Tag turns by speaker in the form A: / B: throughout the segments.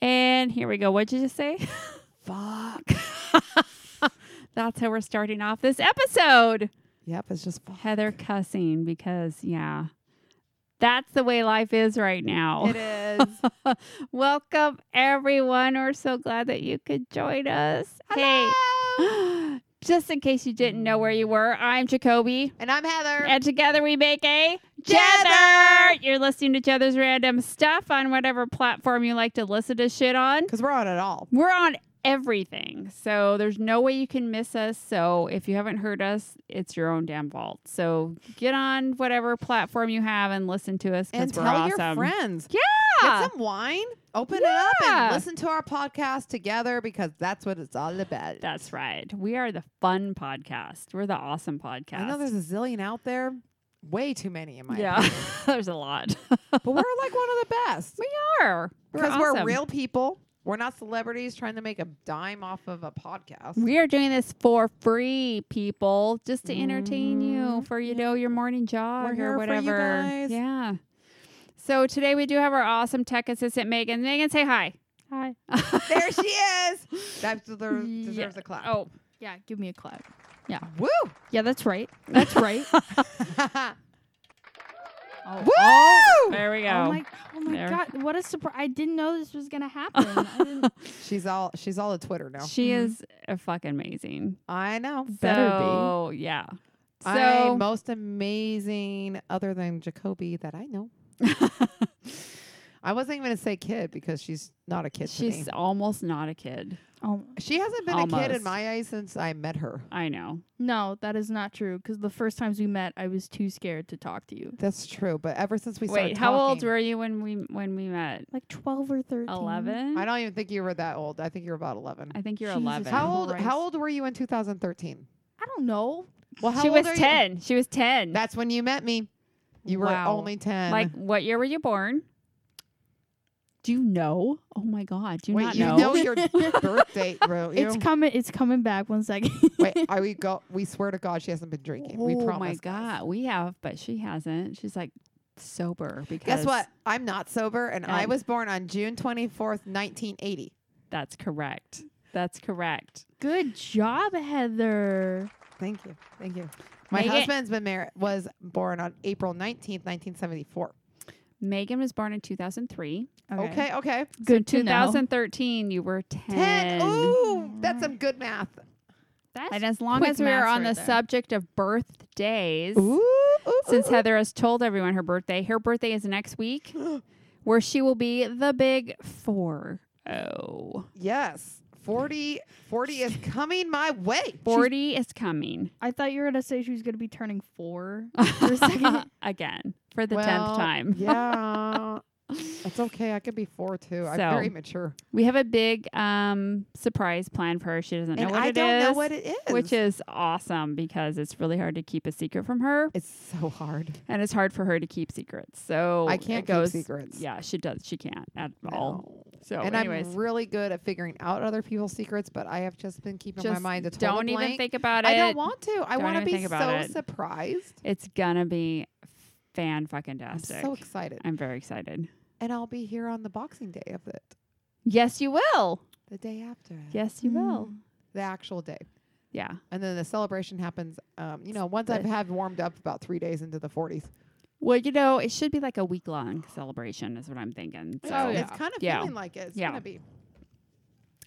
A: And here we go. What did you just say? Fuck. That's how we're starting off this episode.
B: Yep, it's just fuck.
A: Heather cussing because, yeah, that's the way life is right now.
B: It is.
A: Welcome, everyone. We're so glad that you could join us. Hey, just in case you didn't know where you were, I'm Jacoby.
B: and I'm Heather.
A: And together we make a
B: Jether!
A: You're listening to Jether's Random Stuff on whatever platform you like to listen to shit on.
B: Because we're on it all.
A: We're on everything. So there's no way you can miss us. So if you haven't heard us, it's your own damn fault. So get on whatever platform you have and listen to us because
B: And
A: we're
B: tell
A: awesome.
B: your friends.
A: Yeah.
B: Get some wine, open it up,
A: Yeah.
B: and listen to our podcast together because that's what it's all about.
A: That's right. We are the fun podcast. We're the awesome podcast.
B: I know there's a zillion out there. Way too many in my
A: yeah,
B: opinion.
A: there's a lot.
B: But we're like one of the best.
A: we are.
B: Because
A: awesome.
B: we're real people. We're not celebrities trying to make a dime off of a podcast.
A: We are doing this for free, people, just to entertain you
B: Mhm.
A: for you know your morning jog
B: We're here for
A: or
B: you
A: whatever.
B: guys.
A: Yeah. So today we do have our awesome tech assistant Megan. Megan, say hi. Uh, Hi.
B: there she is. That deserves,
C: Yeah.
B: deserves a clap.
A: oh,
C: Yeah, give me a clap.
B: Woo!
C: Yeah, that's right. That's right.
B: Woo!
A: there we go.
C: Oh my, oh my
A: There.
C: god, what a surprise! I didn't know this was gonna happen. I didn't,
B: She's all she's all a Twitter now.
A: She
C: Mhm.
A: is a fucking amazing.
B: I know.
C: Better be.
A: so, yeah. So
B: I most amazing other than Jacoby that I know. I wasn't even gonna say kid because she's not a kid to me.
A: she's almost not a kid.
C: oh
B: She hasn't been a kid
A: almost.
B: in my eyes since I met her.
A: I know.
C: no, that is not true. Because the first times we met, I was too scared to talk to you.
B: That's true. But ever since we started
A: Wait, how old
B: talking-
A: were you when we when we met?
C: Like twelve or thirteen.
A: Eleven.
B: I don't even think you were that old. I think you were about eleven.
A: I think you're
C: Jesus,
A: eleven.
B: How old
C: Christ.
B: how old were you in 2013?
C: I don't know.
B: Well, how
A: she
B: old
A: was
B: are you?
A: ten. She was ten.
B: That's when you met me. You were
C: Wow.
B: only 10.
A: Like, what year were you born? Do you know? Oh my God. Do you
B: Wait,
A: not
B: you
A: know?
B: know your birth date, bro. You
C: It's coming. It's coming back. One second.
B: Wait, are we go? We swear to God, she hasn't been drinking. we
A: oh
B: promise.
A: my
B: guys.
A: God. We have, but she hasn't. She's like sober because.
B: Guess what? I'm not sober, and I
A: And-
B: was born on June 24th, 1980.
A: That's correct. That's correct.
C: Good job, Heather.
B: Thank you, thank you. My
A: Megan-
B: husband's been married. Was born on April 19th, 1974.
A: Megan was born in 2003.
B: Okay, okay.
C: Good
A: so
C: to know.
A: 2013, you were 10.
B: Ten. Ooh, that's
C: Alright.
B: some good math.
C: That's
A: And as long
C: quick
A: as we are
C: maths
A: on
C: right
A: the
C: there.
A: subject of birthdays,
B: Ooh, ooh,
A: since
B: ooh,
A: Heather has told everyone her birthday, her birthday is next week, where she will be the big oh. 4 0.
B: ooh. yes, 40. 40 is coming my way.
A: 40 is coming.
C: I thought you were gonna say she was gonna be turning four for a second.
A: again for the 10th
B: Uh, Well,
A: time.
B: yeah, it's okay. I could be four too. I'm
A: So,
B: very mature,
A: We have a big um surprise plan for her. She doesn't know
B: and
A: what
B: I
A: it
B: don't know
A: is,
B: what it is.
A: which is awesome because it's really hard to keep a secret from her
B: it's so hard.
A: and it's hard for her to keep secrets. So
B: I
A: Oh, it
B: can't keep
A: goes,
B: secrets.
A: Yeah, she does. She can't at all.
B: No.
A: So
B: and
A: anyways,
B: I'm really good at figuring out other people's secrets, but I have just been keeping my
A: just
B: mind a total
A: don't even
B: blank.
A: think about it.
B: I don't want to. I
A: Don't
B: want to
A: even
B: be
A: think about
B: so
A: it.
B: surprised.
A: It's gonna be fan fucking
B: I'm
A: tastic.
B: so excited,
A: I'm very excited.
B: and I'll be here on the Boxing Day of it,
A: Yes, you will.
B: the day after, it,
A: Yes, you will.
B: the actual day,
A: Yeah.
B: and then the celebration happens. Um, you know, once I've
A: But-
B: had warmed up about three days into the 40s,
A: Well, you know, it should be like a week long celebration, is what I'm thinking. So
B: so
C: yeah.
B: it's kind
A: Oh,
B: of
A: Yeah.
B: feeling like it. It's
A: Yeah.
B: gonna be.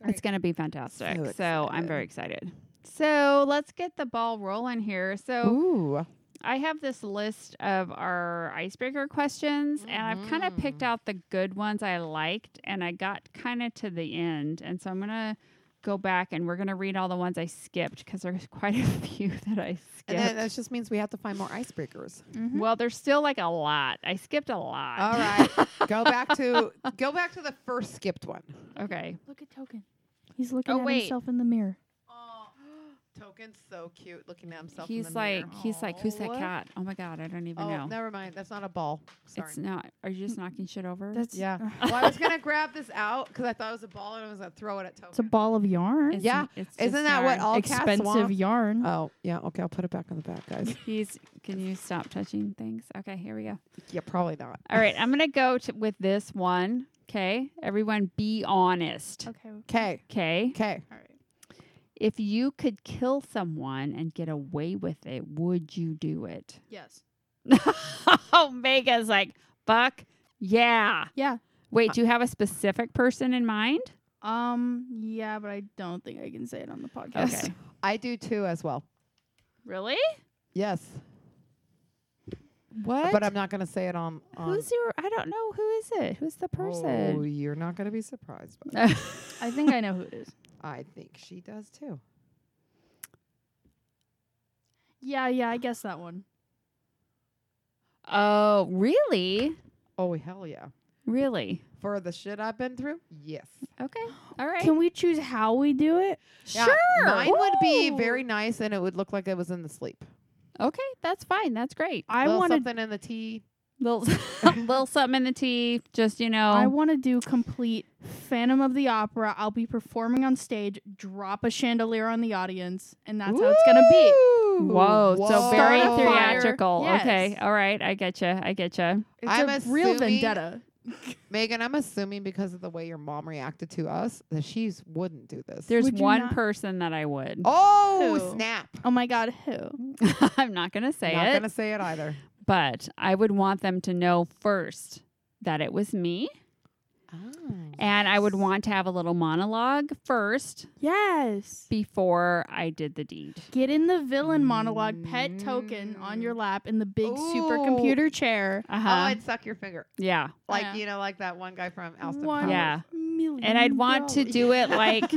A: it's going to be fantastic. So,
B: So
A: I'm
B: excited.
A: very excited. So let's get the ball rolling here. So
B: Ooh,
A: I have this list of our icebreaker questions, and I've kind of picked
B: Mhm.
A: out the good ones I liked, and I got kind of to the end. And so I'm going to go back and we're going to read all the ones I skipped because there's quite a few that I skipped.
B: and then that just means we have to find more icebreakers.
C: Mhm.
A: well, there's still like a lot. I skipped a lot.
B: All right, go back to go back to the first skipped one.
A: Okay.
C: Look at Token. He's looking
A: Oh,
C: at
A: wait.
C: himself in the mirror.
B: Oh, Token's so cute looking at himself. in
A: He's
B: the mirror.
A: like, he's like, who's that
C: Aw.
A: cat? Oh my god, I don't even
B: oh,
A: know.
B: never mind. That's not a ball. Sorry.
A: It's not. Are you just knocking shit over?
C: That's
B: yeah. well, I was gonna grab this out because I thought it was a ball and I was gonna throw it at Token.
C: It's a ball of yarn.
A: It's-
B: yeah.
A: It's
B: Isn't
A: just
B: that what
A: yarn.
B: all cats
C: Expensive
B: want?
C: yarn.
B: Oh yeah. Okay, I'll put it back on the back, guys.
A: He's. Can you stop touching things? Okay, here we go.
B: yeah, probably not.
A: All right, I'm gonna go to, with this one Okay. Everyone be honest.
C: Okay.
B: Okay.
A: Okay.
B: Okay.
C: All right.
A: If you could kill someone and get away with it, would you do it?
C: Yes.
A: oh, Mega's like, fuck yeah.
C: Yeah.
A: Wait, do you have a specific person in mind?
C: Um. Yeah, but I don't think I can say it on the podcast.
A: Okay.
B: I do too as well.
A: Really?
B: Yes.
A: What?
B: But I'm not going to say it on. on
A: Who's your? I don't know. Who is it? Who's the
B: Oh,
A: person?
B: you're not going to be surprised by
C: I think I know who it is.
B: I think she does too.
C: Yeah. Yeah. I guess that one.
A: oh, really?
B: Oh, hell yeah.
A: Really?
B: For the shit I've been through? Yes.
A: Okay. All right.
C: Can we choose how we do it?
B: Yeah,
A: sure.
B: Mine would be
A: Woo!
B: very nice and it would look like it was in the sleep.
A: Okay, that's fine. That's great.
C: I
B: Little
C: want to.
B: something in the tea.
A: Little, little something in the tea. Just you know.
C: I want to do complete Phantom of the Opera. I'll be performing on stage, drop a chandelier on the audience, and that's how it's gonna be.
B: Woo!
A: Whoa, so very
C: Start a fire.
A: theatrical.
C: Yes.
A: Okay, all right, I get you. I get you.
C: It's
B: I'm
C: a real
B: assuming-
C: vendetta.
B: Megan, I'm assuming because of the way your mom reacted to us that she wouldn't do this.
A: There's
C: Would you
A: one
C: not-
A: person that I would.
B: oh,
C: Who?
B: snap.
C: Oh my God, who?
A: I'm not gonna say
B: Not
A: it,
B: going to say it either.
A: but I would want them to know first that it was me, Oh. and I would want to have a little monologue first
C: Yes.
A: before I did the deed.
C: Get in the villain monologue, pet token on your lap in the big supercomputer chair.
A: Uh
B: Oh,
A: huh.
B: I'd suck your finger.
A: yeah,
B: Like,
C: Yeah.
B: you know, like that one guy from Austin
C: One
A: Yeah.
C: million
A: and I'd want to
C: dollars.
A: do it like.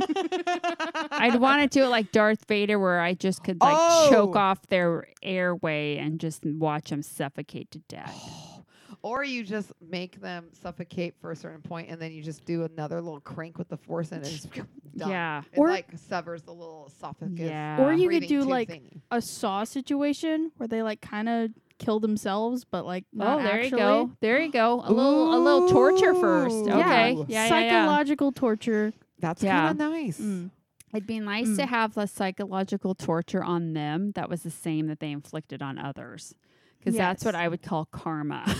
A: I'd want to do it like Darth Vader, where I just could like choke
B: Oh.
A: off their airway and just watch them suffocate to
B: Oh,
A: death.
B: Or you just make them suffocate for a certain point, and then you just do another little crank with the force, and it's done.
A: Yeah.
B: It
C: Or-
B: like severs the little esophagus.
A: Yeah.
C: Or you could
B: breathing
C: do
B: tube
C: like
B: thingy.
C: a saw situation where they like kind of kill themselves, but like not
A: oh, there you
C: actually.
A: go. There you go. A little, a little torture first.
B: Ooh.
A: Okay. Yeah,
B: Yeah.
A: yeah, yeah.
C: Psychological torture.
B: That's
A: Yeah.
B: kind of nice.
C: Mm.
A: It'd be nice to
B: Mm.
A: have a psychological torture on them that was the same that they inflicted on others, because that's what
C: Yes.
A: I would call karma.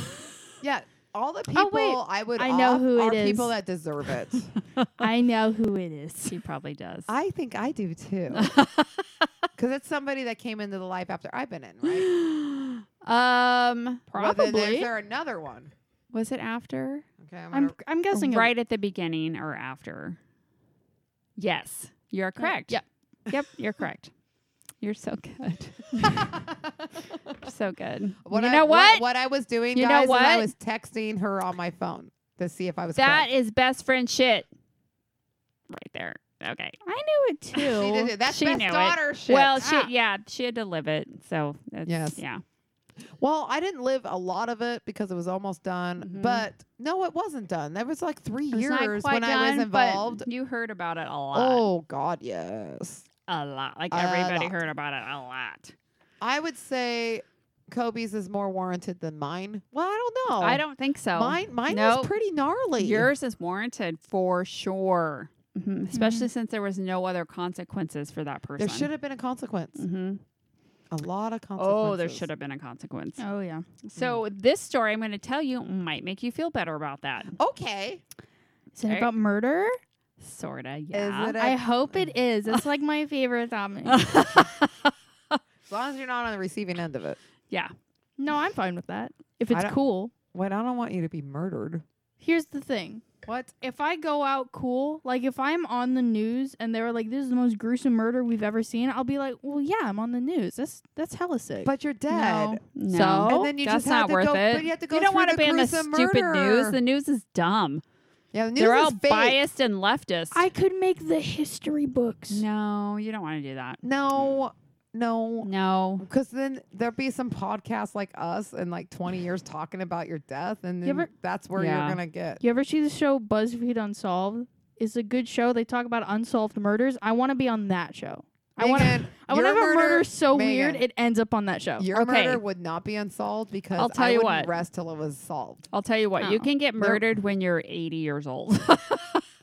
B: Yeah, all the people
C: Oh, wait.
B: I would
C: I know
B: off
C: who
B: are
C: it
B: people
C: is.
B: that deserve it.
C: I know who it is.
A: she probably does.
B: I think I do too, because it's somebody that came into the life after I've been in, right?
A: um,
B: Whether there's-
C: Probably.
B: there another one.
A: was it after?
B: Okay, I'm,
C: I'm
B: gonna,
C: I'm guessing it-
A: right at the beginning or after. Yes, you're correct.
C: yep.
A: Yep, you're correct. You're so good. so good.
B: what
A: you
B: I,
A: know what?
B: what? I was doing,
A: You know
B: guys, is I
A: what?
B: was texting her on my phone to see if I was
A: That
B: correct.
A: is best friend shit. Right there. Okay.
C: I knew it too.
B: She did it. That's
A: She
B: best
A: knew it.
B: daughter shit.
A: Well,
B: Ah.
A: she yeah, she had to live it. So that's,
B: Yes.
A: yeah.
B: Well, I didn't live a lot of it because it was almost done,
A: Mhm.
B: but no, it wasn't done. There was like three
A: It was not
B: years
A: quite
B: when I was
A: done, but
B: involved.
A: You heard about it a lot.
B: Oh God, yes.
A: A lot. Like
B: A
A: everybody
B: lot.
A: heard about it a lot.
B: I would say Kobe's is more warranted than mine. Well, I don't know.
A: I don't think so.
B: Mine, mine
A: Nope.
B: was pretty gnarly.
A: Yours is warranted for sure.
C: Mm-hmm.
A: Mhm. Especially since there was no other consequences for that person.
B: there should have been a consequence.
C: Mm-hmm.
A: hmm
B: A lot of consequences.
A: Oh, there should have been a consequence.
C: Oh yeah.
A: So this story I'm going to tell you might make you feel better about that.
B: Okay.
C: Is it
A: Right.
C: about murder?
A: Sorta, yeah.
B: it a-
C: I hope it is. It's like my favorite topic.
B: As long as you're not on the receiving end of it.
A: yeah.
C: no, I'm fine with that. If
B: I
C: it's
B: don't-
C: cool.
B: Wait, I don't want you to be murdered.
C: Here's the thing.
B: What?
C: If I go out cool, like if I'm on the news and they were like, "This is the most gruesome murder we've ever seen," I'll be like, "Well, yeah, I'm on the news. That's that's hella sick."
B: But you're dead.
A: No.
C: So?
B: And then you
A: That's
B: just
A: not
B: have to
A: worth
B: go,
A: it.
B: But you have to go
A: don't
B: through
A: wanna
B: the
A: be in the
B: gruesome
A: stupid news.
B: murder.
A: The news is dumb.
B: yeah, the news
A: They're
B: is
A: all
B: fake.
A: biased and leftist.
C: I could make the history books.
A: no, you don't want to do that.
B: No, no.
A: No.
B: Because then there'll be some podcast like us in like 20 years talking about your death, and
C: You
B: then
C: ever-
B: that's where
A: Yeah.
B: you're going to get.
C: You ever see the show BuzzFeed Unsolved? It's a good show. They talk about unsolved murders. I want to be on that show. I want to.
B: Megan,
C: I want to have
B: your
C: a murder so
B: Megan,
C: weird it ends up on that show.
B: Your
A: Okay.
B: murder would not be unsolved because
A: I'll tell
B: I
A: you what.
B: wouldn't rest till it was solved.
A: I'll tell you what. You
C: No.
A: can get murdered when you're 80 years old.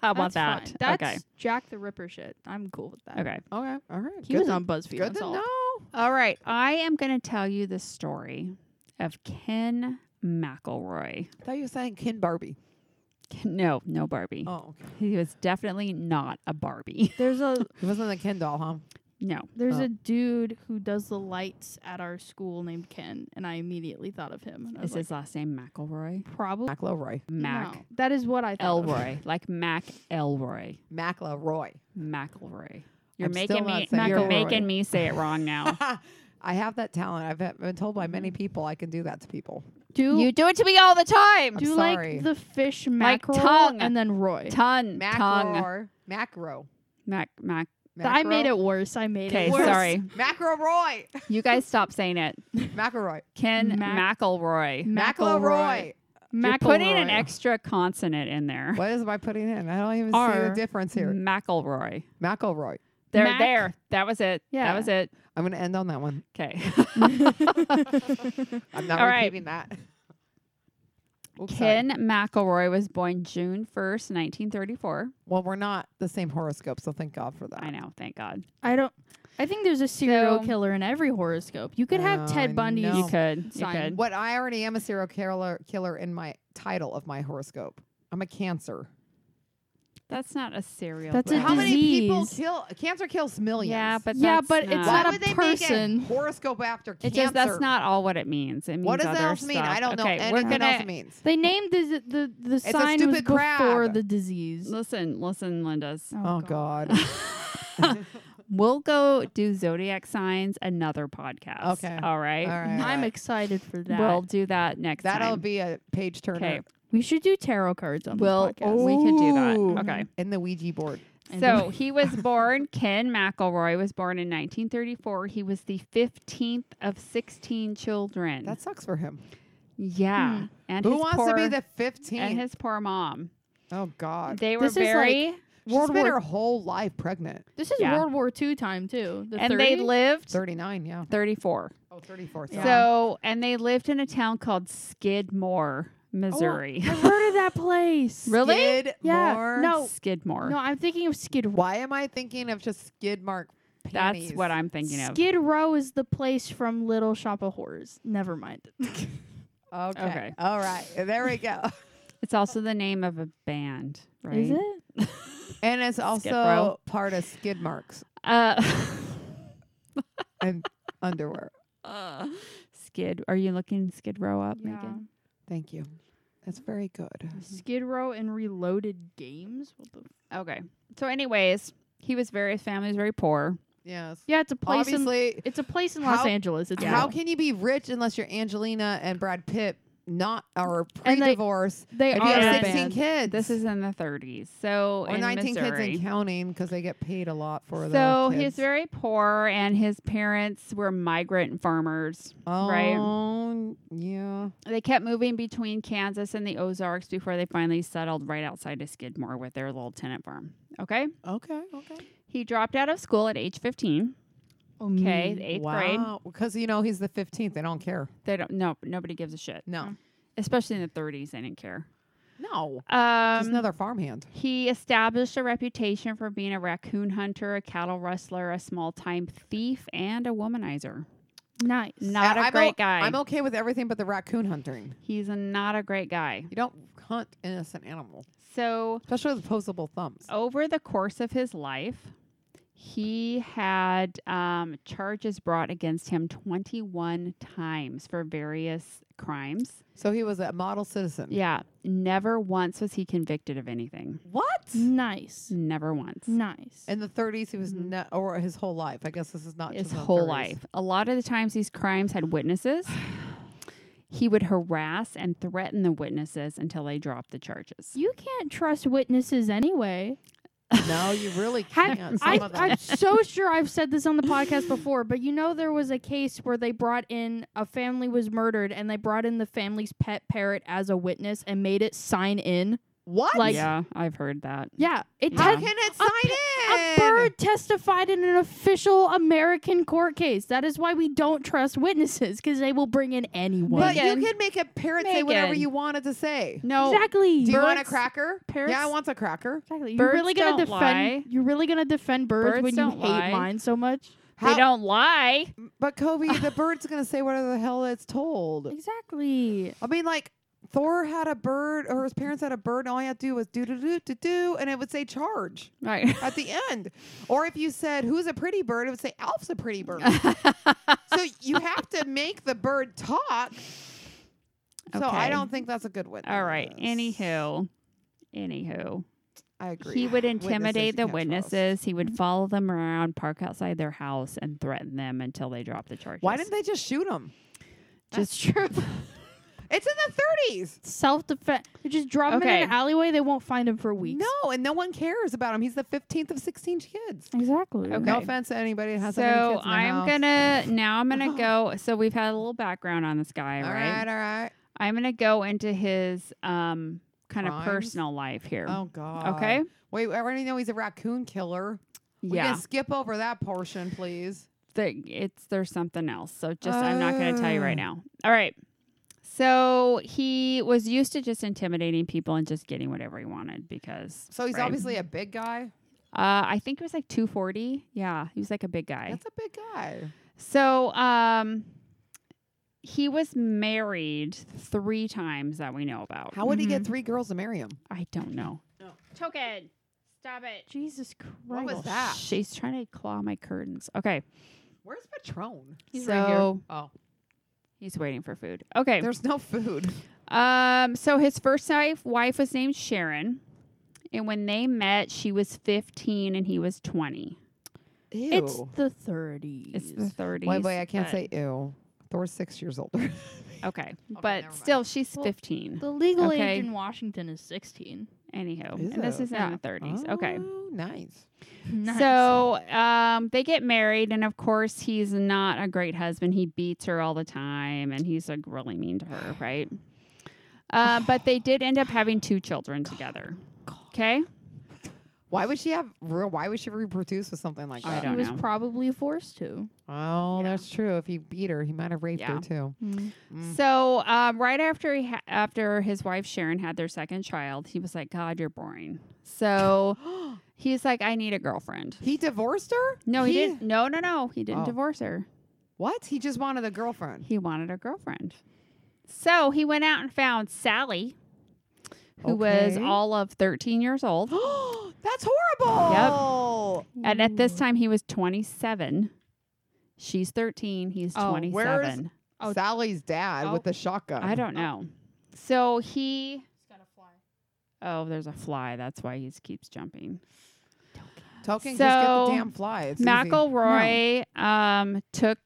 A: How about
C: That's
A: that?
C: fine. That's
A: okay.
C: Jack the Ripper shit. I'm cool with that.
A: Okay.
B: Okay, all right.
C: He
B: good
C: was
B: to,
C: on BuzzFeed
B: Good to
C: Unsolved.
B: know.
A: All right. I am going to tell you the story of Ken McElroy.
B: I thought you were saying Ken Barbie.
A: No, no Barbie.
B: Oh, okay.
A: He was definitely not a Barbie.
C: There's a
B: It wasn't a Ken doll, huh?
A: No.
C: there's
B: Oh.
C: a dude who does the lights at our school named Ken, and I immediately thought of him. And
A: Is
C: I was like,
A: his last name McElroy?
C: probably
B: McElroy.
A: Mac.
C: no. That is what I thought. of.
A: Elroy. like Mac Elroy.
B: McElroy.
A: McElroy. You're
B: I'm still
A: making
B: not
A: me
B: saying
A: you're
C: it right.
A: making me say it wrong now.
B: I have that talent. I've had- been told by many
C: Mm-hmm.
B: people I can do that to people.
C: Do
A: do it to me all the time.
B: I'm
C: do
B: sorry.
C: like the fish
A: Like
C: mackerel
A: tongue.
C: and then Roy.
A: Ton tongue.
B: McElroy. Macro.
A: Mac Mac.
C: Th- I made it worse. I made
A: Okay,
C: it worse.
A: sorry.
B: McElroy.
A: You guys stop saying it.
B: McElroy.
A: Ken
C: Mac-
A: McElroy.
B: McElroy.
A: You're putting an
C: McElroy.
A: extra consonant in there.
B: What is my putting in? I don't even see
C: R.
B: the difference here.
A: McElroy.
B: McElroy.
A: There,
C: Mac-
A: there. That was it.
C: Yeah.
A: That was it.
B: I'm going to end on that one.
A: Okay.
B: I'm not
A: All right.
B: repeating that. Oops, sorry.
A: Ken McElroy was born June 1st, 1934.
B: Well, we're not the same horoscope, so thank God for that.
A: I know. Thank God.
C: I don't. I think there's a serial
A: So-
C: killer in every horoscope. You could have
B: Oh, I
C: Ted Bundy's.
B: know.
A: You could. You
C: Sign.
A: could.
B: What I already am a serial killer killer in my title of my horoscope. I'm a cancer.
A: That's not a serial.
C: That's a
A: killer.
B: How many people
C: disease.
B: kill cancer kills millions?
A: Yeah, but
C: yeah,
A: that's
C: but it's
B: why
A: not-
C: not a
B: would they
C: person.
B: make a horoscope after
A: It
B: cancer?
A: just that's not all what it means. It means
B: what does
A: other
B: that else
A: stuff.
B: mean? I don't know
A: okay, we're
B: anything
A: gonna
B: else it means.
C: They named the the the, the
B: a
C: sign was
B: stupid crab.
C: before the disease.
A: listen, listen, Linda's.
B: Oh God.
A: We'll go do zodiac signs another podcast.
B: Okay.
A: All right.
B: All right.
C: I'm excited for that.
A: We'll do that next
B: That'll
A: time.
B: be a page
A: okay.
B: turner.
C: we should do tarot cards on
A: We'll-
C: the podcast.
B: oh,
A: we could do that.
B: Ooh.
A: Okay.
B: And the Ouija board.
C: And
A: So he was born, Ken McElroy was born in 1934. He was the 15th of 16 children.
B: That sucks for him.
A: yeah.
C: hmm.
A: And
B: Who
A: his
B: wants
A: poor,
B: to be the
A: and
B: 15th?
A: his poor mom.
B: oh God.
A: They were
C: Uh, This is like
A: very
B: She's
C: World
B: been
C: War-
B: her whole life pregnant.
C: This is
A: Yeah.
C: World War II time too. The
A: and they
C: 30?
A: lived
B: 39, yeah.
A: 34.
B: Oh, 34.
C: Yeah.
A: So, and they lived in a town called Skidmore, Missouri.
C: I've heard of that place.
A: Really?
C: Oh, Yeah.
B: Skidmore.
C: No.
A: Skidmore.
C: No, I'm thinking of Skid Row.
B: Why am I thinking of just skid mark
A: That's
B: panties?
A: what I'm thinking of.
C: Skid Row is the place from Little Shop of Horrors. Never mind.
B: Okay.
A: Okay.
B: All right. There we go.
A: It's also the name of a band, right?
C: Is it?
B: and it's
A: Row.
B: also part of skid marks
A: Uh,
B: and underwear.
A: Skid. Are you looking Skid Row up,
C: Yeah.
A: Megan?
B: Thank you. That's very good.
C: Skid Row and Reloaded Games. What the?
A: Okay. So, anyways, he was very his family was very poor.
B: Yes.
C: Yeah, it's a place. in,
B: Obviously,
C: it's a place in
B: How-
C: Los Angeles. It's
B: how
C: real.
B: can you be rich unless you're Angelina and Brad Pitt, not or
C: And they-
B: pre-divorce?
C: they
B: if
C: are
B: you
A: a
B: have
C: a
B: 16
C: band.
B: kids,
A: This is in the 30s. So
B: or
A: in
B: 19
A: Missouri.
B: Oh, kids and counting because they get paid a lot for
A: so
B: the
A: he was
B: kids.
A: very poor, and his parents were migrant farmers.
B: oh,
A: right.
B: Yeah.
A: They kept moving between Kansas and the Ozarks before they finally settled right outside of Skidmore with their little tenant farm. Okay.
B: Okay. Okay.
A: He dropped out of school at age 15.
B: Mm,
A: Okay. the eighth grade.
B: Because you know he's the 15th. They don't care.
A: They don't, no, nobody gives a shit.
B: No.
A: Especially in the 30s, they didn't care.
B: No. Just
A: Um,
B: another farmhand.
A: he established a reputation for being a raccoon hunter, a cattle rustler, a small time thief, and a womanizer.
C: Nice.
A: Not
B: a
A: a great guy.
B: I'm okay with everything but the raccoon hunting.
A: He's a, not a great guy.
B: You don't hunt innocent animal,
A: So
B: especially with opposable thumbs.
A: over the course of his life, he had um, charges brought against him 21 times for various crimes.
B: So he was a model citizen.
A: Yeah, never once was he convicted of anything.
B: What?
C: Nice.
A: Never once.
C: Nice.
B: In the 30s, he was
A: Mhm.
B: ne- or his whole life. I guess this is not
A: His
B: just the
A: whole
B: 30s.
A: life. A lot of the times, these crimes had witnesses. He would harass and threaten the witnesses until they dropped the charges.
C: you can't trust witnesses anyway.
B: No, you really
C: Have-
B: can't. Some
C: I,
B: of them.
C: I'm so sure I've said this on the podcast before, but you know there was a case where they brought in a family was murdered and they brought in the family's pet parrot as a witness and made it sign in.
B: what?
C: like-
A: yeah, I've heard that.
C: Yeah, it
A: Yeah.
B: How
C: te-
B: can it
C: a
B: sign
C: pe-
B: in?
C: A bird testified in an official American court case. That is why we don't trust witnesses because they will bring in anyone.
B: But
A: Megan.
B: you can make a parrot say whatever
A: Megan.
B: you wanted to say.
A: No,
C: exactly.
B: Do you want a
A: Birds-
B: cracker?
A: parrots-
B: Yeah, I want a cracker.
C: Exactly. You're
A: Birds
C: really gonna
A: don't
C: defend.
A: lie.
C: You're really gonna defend birds,
A: Birds
C: when you
A: don't
C: hate
A: lie.
C: mine so much.
A: they don't lie.
B: But Kobe, the bird's gonna say whatever the hell it's told.
C: Exactly.
B: I mean, like Thor had a bird, or his parents had a bird, and all you had to do was do do do do do, and it would say charge
A: Right.
B: at the end. Or if you said, "Who's a pretty bird?" it would say, "Alf's a pretty bird." so you have to make the bird talk. So I
A: Okay.
B: don't think that's a good witness.
A: All right. Anywho. Anywho.
B: I agree.
A: He would
B: Witnesses
A: intimidate
B: you
A: the
B: can't trust. Mm-hmm.
A: witnesses. He would follow them around, park outside their house, and threaten them until they dropped the charges.
B: Why didn't they just shoot him?
A: Just true.
B: It's in the 30s.
C: Self defense. You just drop him in
A: Okay.
C: an alleyway. They won't find him for weeks.
B: No, and no one cares about him. He's the 15th of 16 kids.
C: Exactly.
A: Okay.
B: No offense to anybody that has that many
A: so
B: kids in their
A: I'm
B: house.
A: gonna now I'm gonna go. So we've had a little background on this guy,
B: All
A: right?
B: right, all right.
A: I'm gonna go into his um kind
B: Crimes?
A: of personal life here.
B: Oh God.
A: okay.
B: Wait, I already know he's a raccoon killer. We
A: yeah.
B: can skip over that portion, please.
A: the, it's there's something else. So just I'm not going to tell you
B: Ah.
A: right now. All right. So he was used to just intimidating people and just getting whatever he wanted because
B: So he's
A: Right.
B: obviously a big guy.
A: uh, I think it was like 240. Yeah, he was like a big guy.
B: That's a big guy.
A: so um, he was married three times that we know about.
B: How would he get
A: Mm-hmm.
C: Mhm.
B: three girls to marry him?
A: I don't know.
B: No.
A: Token, stop it.
C: Jesus Christ.
B: was Oh, that?
A: She's trying to claw my curtains. Okay,
B: Where's Patron?
A: so
C: He's right here.
B: Oh,
A: he's waiting for food. Okay,
B: there's no food.
A: Um, so his first wife, wife was named Sharon, and when they met, she was 15 and he was 20.
B: Ew.
C: It's the 30s.
A: It's the 30s.
B: wait, wait, I can't
A: but-
B: say ew. Thor's six years older.
A: Okay,
B: never
A: but
B: mind.
A: still, she's
C: Well,
A: 15.
C: the legal
A: Okay.
C: age in Washington is 16.
A: Anywho,
B: Is
A: and this
B: it?
A: is in the 30s. Okay.
B: Oh, nice.
C: Nice.
A: So um, they get married, and of course, he's not a great husband. He beats her all the time, and he's like really mean to her, right? Uh, but they did end up having two children together. Okay.
B: Why would she have? real- Why would she reproduce with something like
A: I
B: that?
C: he
A: don't
C: was
A: know.
C: probably forced to.
B: Oh,
A: Yeah.
B: that's true. If he beat her, he might have raped
A: Yeah.
B: her too. Mm.
A: So um, right after he ha- after his wife Sharon had their second child, he was like, "God, you're boring." So he's like, "I need a girlfriend."
B: he divorced her?
A: No, he, didn't. No, no, no. He didn't
B: Oh.
A: divorce her.
B: What? He just wanted a girlfriend.
A: He wanted a girlfriend. So he went out and found Sally, who was
B: Okay.
A: all of 13 years old,
B: that's horrible.
A: and at this time he was 27. She's 13. He's
C: Oh, where's-
A: 27.
C: Oh.
B: Sally's dad with
C: Oh.
B: the shotgun.
A: I don't know. So he.
C: got a fly.
A: Oh, there's a fly. That's why he keeps jumping.
B: Token, just get the
A: So,
B: damn fly. It's easy.
A: McElroy um, took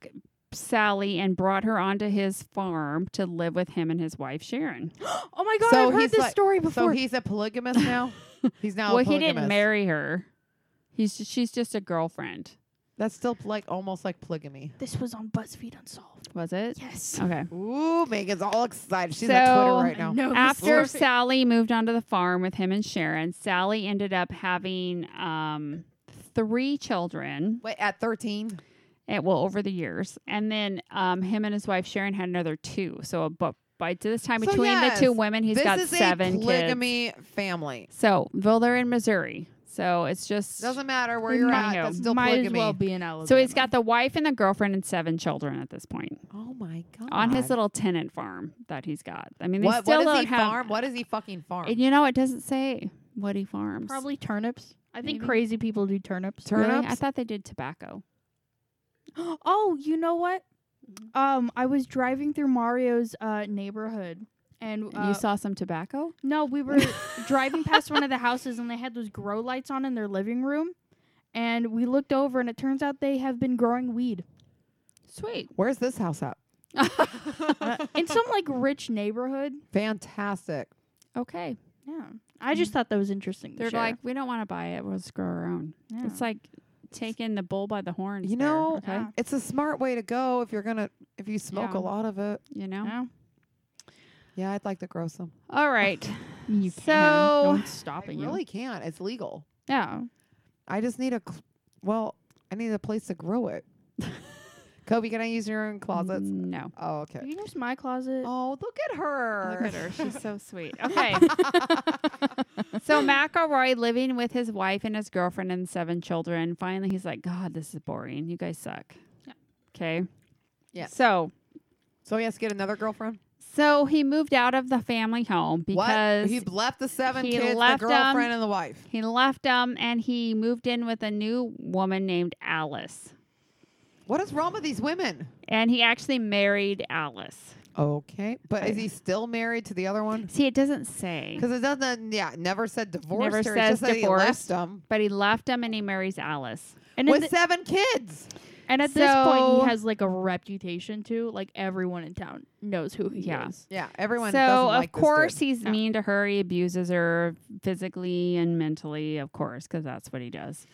A: Sally and brought her onto his farm to live with him and his wife Sharon.
C: Oh my god,
B: So
C: I've
B: he's
C: heard this
B: like-
C: story
B: So
C: before.
B: he's a polygamist now. He's now. a
A: well, he
B: polygamist.
A: didn't marry her. He's just, she's just a girlfriend.
B: That's still like almost like polygamy.
C: this was on BuzzFeed Unsolved.
A: Was it?
C: Yes.
A: Okay.
B: Ooh, Megan's all excited. She's on Twitter
A: So-
B: right now.
C: No,
A: After
C: story.
A: Sally moved onto the farm with him and Sharon, Sally ended up having um, three children.
B: Wait, at thirteen.
A: At, well, over the years, and then um, him and his wife Sharon had another two. So, but by this time,
B: So,
A: between
B: yes,
A: the two women, he's
B: this
A: got
B: is
A: seven
B: a
A: kids.
B: polygamy family.
A: So, well, they're in Missouri. So it's just.
B: Doesn't matter where
A: They
B: you're
A: might
B: at.
A: know.
B: That's still
C: Might
B: polygamy.
C: as well be in Alabama.
A: so he's got the wife and the girlfriend and seven children at this point
B: oh my god.
A: on his little tenant farm that he's got. I mean, they
B: What,
A: still
B: what does
A: don't
B: he
A: have.
B: farm? What does he fucking farm?
A: And you know, it doesn't say what he farms.
C: probably turnips. I think
A: Maybe.
C: crazy people do turnips.
B: Turn-
A: Really? I
B: turnips?
A: thought they did tobacco.
C: oh, you know what? Um, I was driving through Mario's uh, neighborhood, and uh,
A: you saw some tobacco?
C: No, we were driving past one of the houses and they had those grow lights on in their living room. And we looked over and it turns out they have been growing weed
A: Sweet.
B: Where's this house at?
C: in some like rich neighborhood.
B: Fantastic.
A: Okay.
C: Yeah. I just thought that was interesting. to
A: They're
C: share.
A: like, we don't want to buy it. We'll just grow our own.
C: Yeah.
A: It's like taking the bull by the horns.
B: You
A: there,
B: know,
A: okay?
C: Yeah.
B: It's a smart way to go if you're gonna if you smoke
A: Yeah.
B: a lot of it.
A: You know?
C: Yeah.
B: Yeah, I'd like to grow some.
A: All right.
C: You
A: So-
C: can. No one's
B: I
C: stopping
B: really
C: you.
B: can't. It's legal.
C: Yeah.
B: I just need a cl- well, I need a place to grow it. Kobe, can I use your own closets?
A: No.
B: Oh,
C: You
B: okay.
C: can use my closet.
B: Oh, look at her.
A: Look at her. She's so sweet. Okay. so McElroy living with his wife and his girlfriend and seven children. Finally, he's like, God, this is boring. You guys suck.
C: Yeah.
A: Okay.
B: Yeah.
A: So
B: So he has to get another girlfriend?
A: So he moved out of the family home because
B: what? He left the seven
A: he
B: kids,
A: left
B: the
A: 'em.
B: girlfriend, and the wife.
A: he left them and he moved in with a new woman named Alice.
B: What is wrong with these women?
A: And he actually married Alice.
B: Okay, but is
A: I-
B: he still married to the other one?
A: See, it doesn't say.
B: Because it doesn't. Yeah, it never said divorced.
A: Never
B: her. it's
A: says
B: just that he left
A: divorced.
B: them
A: But he left them and he marries Alice.
C: And in
B: with
C: the-
B: seven kids.
C: And at this point,
A: So-
C: he has like a reputation too. Like everyone in town knows who he
A: Yeah.
C: is.
B: Yeah, everyone. doesn't
A: so of
B: like this dude.
A: course he's
C: No.
A: mean to her. He abuses her physically and mentally, of course, because that's what he does.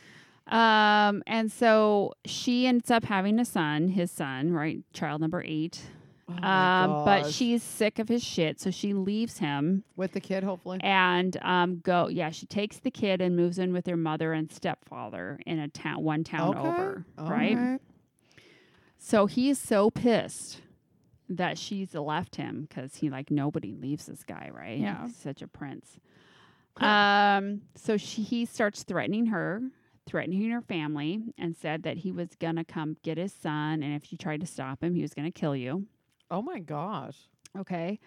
A: Um, and so she ends up having a son, his son, right, child number eight.
B: Oh my
A: um, but
B: gosh.
A: she's sick of his shit, so she leaves him
B: with the kid, hopefully.
A: and um, go. Yeah, she takes the kid and moves in with her mother and stepfather in a town, one town
B: Okay.
A: over,
B: All
A: right? So he is so pissed that she's left him because he like nobody leaves this guy, right?
C: Yeah.
A: He's such a prince. Um, so she he starts threatening her, threatening her family, and said that he was gonna come get his son, and if you tried to stop him, he was gonna kill you.
B: Oh my gosh.
A: Okay.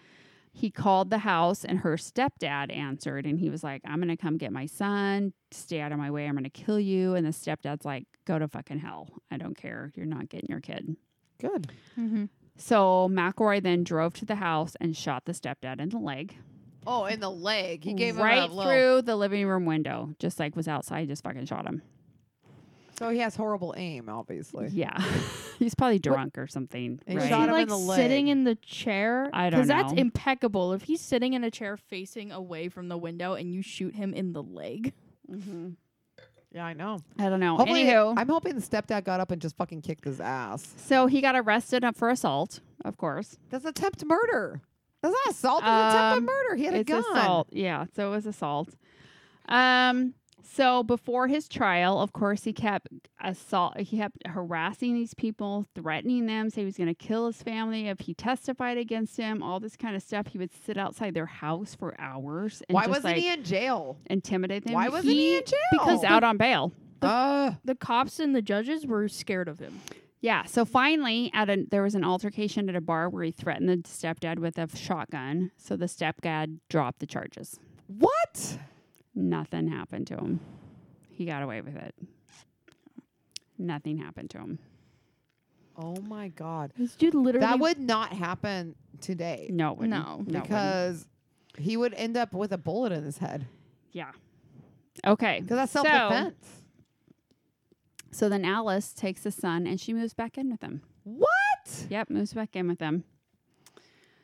A: He called the house and her stepdad answered and he was like, I'm gonna come get my son, stay out of my way, I'm gonna kill you. And the stepdad's like, Go to fucking hell. I don't care. You're not getting your kid.
B: Good.
C: Mm-hmm.
A: So McElroy then drove to the house and shot the stepdad in the leg,
B: Oh, in the leg. He gave
A: right
B: him a little.
A: through the living room window, just like was outside, just fucking shot him.
B: So he has horrible aim, obviously.
A: Yeah, he's probably drunk or something.
B: They
A: right?
B: shot him
C: like
B: in the leg.
C: sitting in the chair?
A: I don't
C: that's
A: know.
C: impeccable. If he's sitting in a chair facing away from the window and you shoot him in the leg,
A: Mhm.
B: Yeah, I know.
A: I don't know.
B: Hopefully,
A: Oh, Anywho,
B: I'm hoping the stepdad got up and just fucking kicked his ass.
A: so he got arrested up for assault, of course.
B: That's attempt murder. That's not assault. That's
A: Um,
B: attempted murder. He had a
A: it's
B: gun.
A: assault. Yeah, so it was assault. Um, so before his trial, of course, he kept assault. He kept harassing these people, threatening them, say he was going to kill his family if he testified against him. All this kind of stuff. He would sit outside their house for hours. And
B: Why
A: just,
B: wasn't
A: like,
B: he in jail?
A: intimidate them?
B: Why wasn't he, in jail?
A: Because out on bail.
B: Uh,
C: the cops and the judges were scared of him.
A: Yeah. So finally, at a, there was an altercation at a bar where he threatened the stepdad with a shotgun. So the stepdad dropped the charges.
B: what?
A: Nothing happened to him. He got away with it. Nothing happened to him.
B: Oh my god.
C: This dude literally.
B: That would not happen today
A: No, it wouldn't.
C: No.
A: it wouldn't.
B: because he would end up with a bullet in his head
A: yeah. Okay.
B: because that's
A: So-
B: self defense.
A: So then Alice takes the son and she moves back in with him.
B: What?
A: Yep, moves back in with him.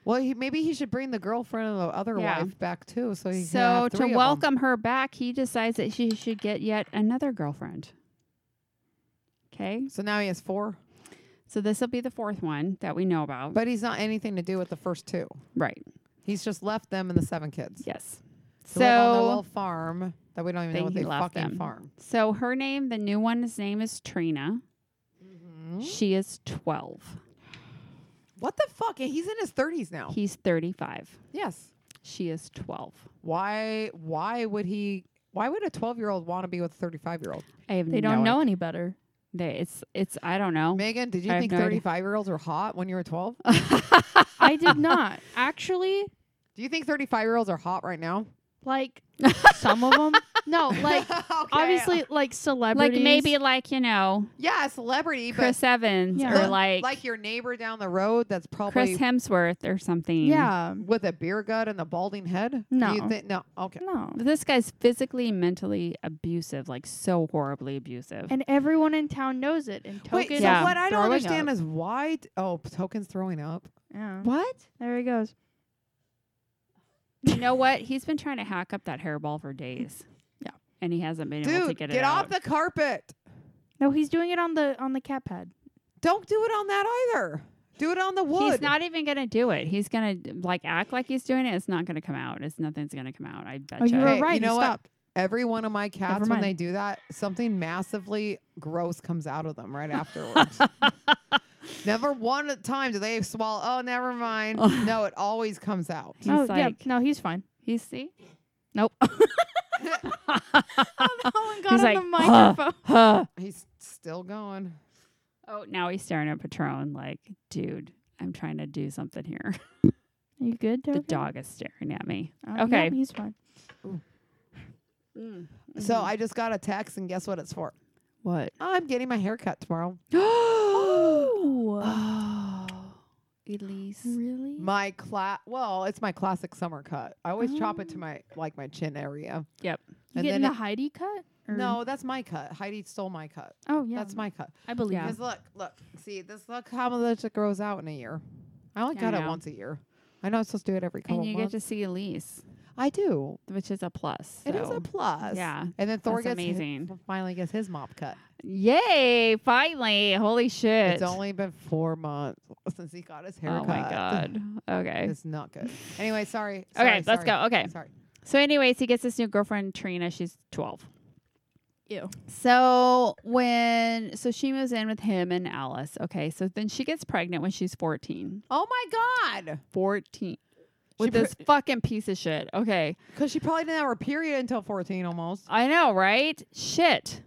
B: Well, he, maybe he should bring the girlfriend and the other
A: Yeah.
B: wife back too, so he can
A: So
B: have
A: to
B: three of 'em.
A: welcome her back, he decides that she should get yet another girlfriend. Okay.
B: So now he has four,
A: So this will be the fourth one that we know about.
B: but he's not anything to do with the first two.
A: right.
B: He's just left them and the seven kids.
A: Yes.
B: To live on the
A: So
B: little farm that we don't even
A: Then
B: know what
A: he
B: they
A: left
B: fucking
A: them.
B: farm.
A: so her name, the new one's name is Trina.
B: Mm-hmm.
A: She is 12.
B: What the fuck? And He's in his thirties now.
A: He's 35.
B: yes.
A: She is 12.
B: Why? Why would he? Why would a twelve-year-old want to be with a thirty-five-year-old?
A: I have
C: They
A: no
C: don't know
A: idea.
C: any better.
A: They, it's it's I don't know.
B: Megan, did you
A: I have
B: think
A: no idea.
B: thirty-five-year-olds were hot when you were twelve?
C: I did not actually
B: Do you think thirty-five-year-olds are hot right now?
C: like some of them. No, like
B: Okay.
C: obviously like
A: Like
C: celebrities.
A: maybe like you know
B: yeah, a celebrity,
A: Chris Evans
C: Yeah.
B: but
A: or like,
B: like your neighbor down the road that's
A: Chris
B: probably
A: Hemsworth or something.
C: yeah.
B: with a beer gut and a balding head. Do
C: No.
B: you think no? Okay.
C: No.
A: But this guy's physically, mentally abusive, like so horribly abusive.
C: And everyone in town knows it. And
B: Wait,
C: Token,
B: so
A: Yeah.
B: what I don't
C: throwing
B: understand
C: up.
B: is why? T- oh, Token's throwing up.
C: Yeah.
A: what?
C: There he goes.
A: You know what? He's been trying to hack up that hairball for days.
C: Yeah.
A: And he hasn't been able to
B: Dude,
A: get,
B: get,
A: it
B: off
A: out.
B: the carpet.
C: No, he's doing it on the on the cat pad.
B: Don't do it on that either. Do it on the wood.
A: He's not even gonna do it. He's gonna like act like he's doing it. It's not gonna come out. It's nothing's gonna come out. I bet
C: Oh, you
A: ya.
C: were
B: Hey,
C: right.
B: you
C: You,
B: know what?
C: stopped.
B: Every one of my cats, when
C: mind.
B: they do that, something massively gross comes out of them right afterwards. never one time do they swallow. Oh, never mind. no, it always comes out.
A: He's
C: oh yeah.
A: like,
C: No, he's fine.
A: he's see.
C: Nope.
B: Oh
C: no one got
A: He's
C: on
A: like,
C: the
A: "Huh."
C: microphone.
A: Huh.
B: He's still going.
A: Oh, now he's staring at Patron like, dude, I'm trying to do something here.
C: Are you good?
A: The
C: Dorothy?
A: dog is staring at me.
C: Uh, no,
A: Okay.
C: he's fine.
B: So I just got a text, and guess what it's for?
A: Mm-hmm. What?
B: I'm getting my hair cut tomorrow.
C: Oh,
A: Oh, Elise.
C: really?
B: My class, well, it's my classic summer cut. I always chop
A: Oh.
B: it to my like my chin area.
A: Yep.
C: You
B: and
C: getting
B: then
C: the
B: it-
C: Heidi cut?
A: Mm.
C: Or-
B: No, that's my cut. Heidi stole my cut.
C: Oh yeah,
B: That's my cut.
C: I believe.
A: Yeah.
B: Because look, look, see, this look how much it grows out in a year. I only
A: Yeah,
B: cut
A: I
B: it
A: know.
B: once a year. I know I'm supposed to do it every couple
A: And you get
B: months.
A: to see Elise,
B: I do.
A: which is a plus.
B: It is
A: so-
B: a plus.
A: yeah,
B: And then Thor
A: that's
B: gets
A: amazing.
B: His, finally gets his mop cut.
A: Yay! Finally, holy shit!
B: It's only been four months since he got his hair
A: oh
B: cut.
A: my god. Okay.
B: It's not good. Anyway, sorry.
A: Okay,
B: sorry
A: let's
B: sorry,
A: go. Okay.
B: Sorry.
A: So, anyways, he gets this new girlfriend, Trina. She's twelve.
C: Ew.
A: So when so she moves in with him and Alice. Okay, so then she gets pregnant when she's fourteen.
B: Oh my god.
A: Fourteen. With
B: pre-
A: this fucking piece of shit. Okay.
B: Because she probably didn't have her period until 14 almost.
A: I know, right? Shit.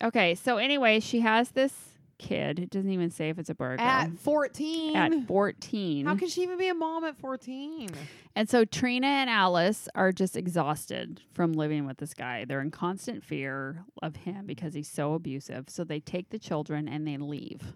A: Okay, so anyway, she has this kid. It doesn't even say if it's a boy or a girl.
B: At 14.
A: At 14.
B: How can she even be a mom at 14?
A: and so Trina and Alice are just exhausted from living with this guy. They're in constant fear of him because he's so abusive. So they take the children and they leave.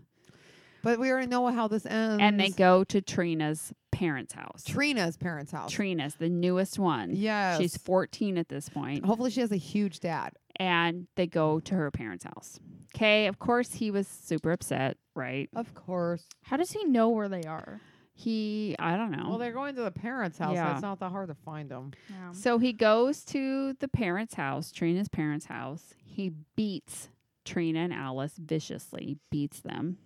B: But we already know how this ends.
A: and they go to Trina's parents' house.
B: Trina's parents' house.
A: Trina's the newest one.
B: Yes.
A: She's 14 at this point,
B: Hopefully she has a huge dad.
A: and they go to her parents' house. Okay, of course he was super upset, right?
B: Of course.
C: How does he know where they are?
A: He, I don't know.
B: Well, they're going to the parents' house.
A: Yeah.
B: so It's not that hard to find them.
C: Um,
A: so he goes to the parents' house, Trina's parents' house. He beats Trina and Alice viciously, beats them.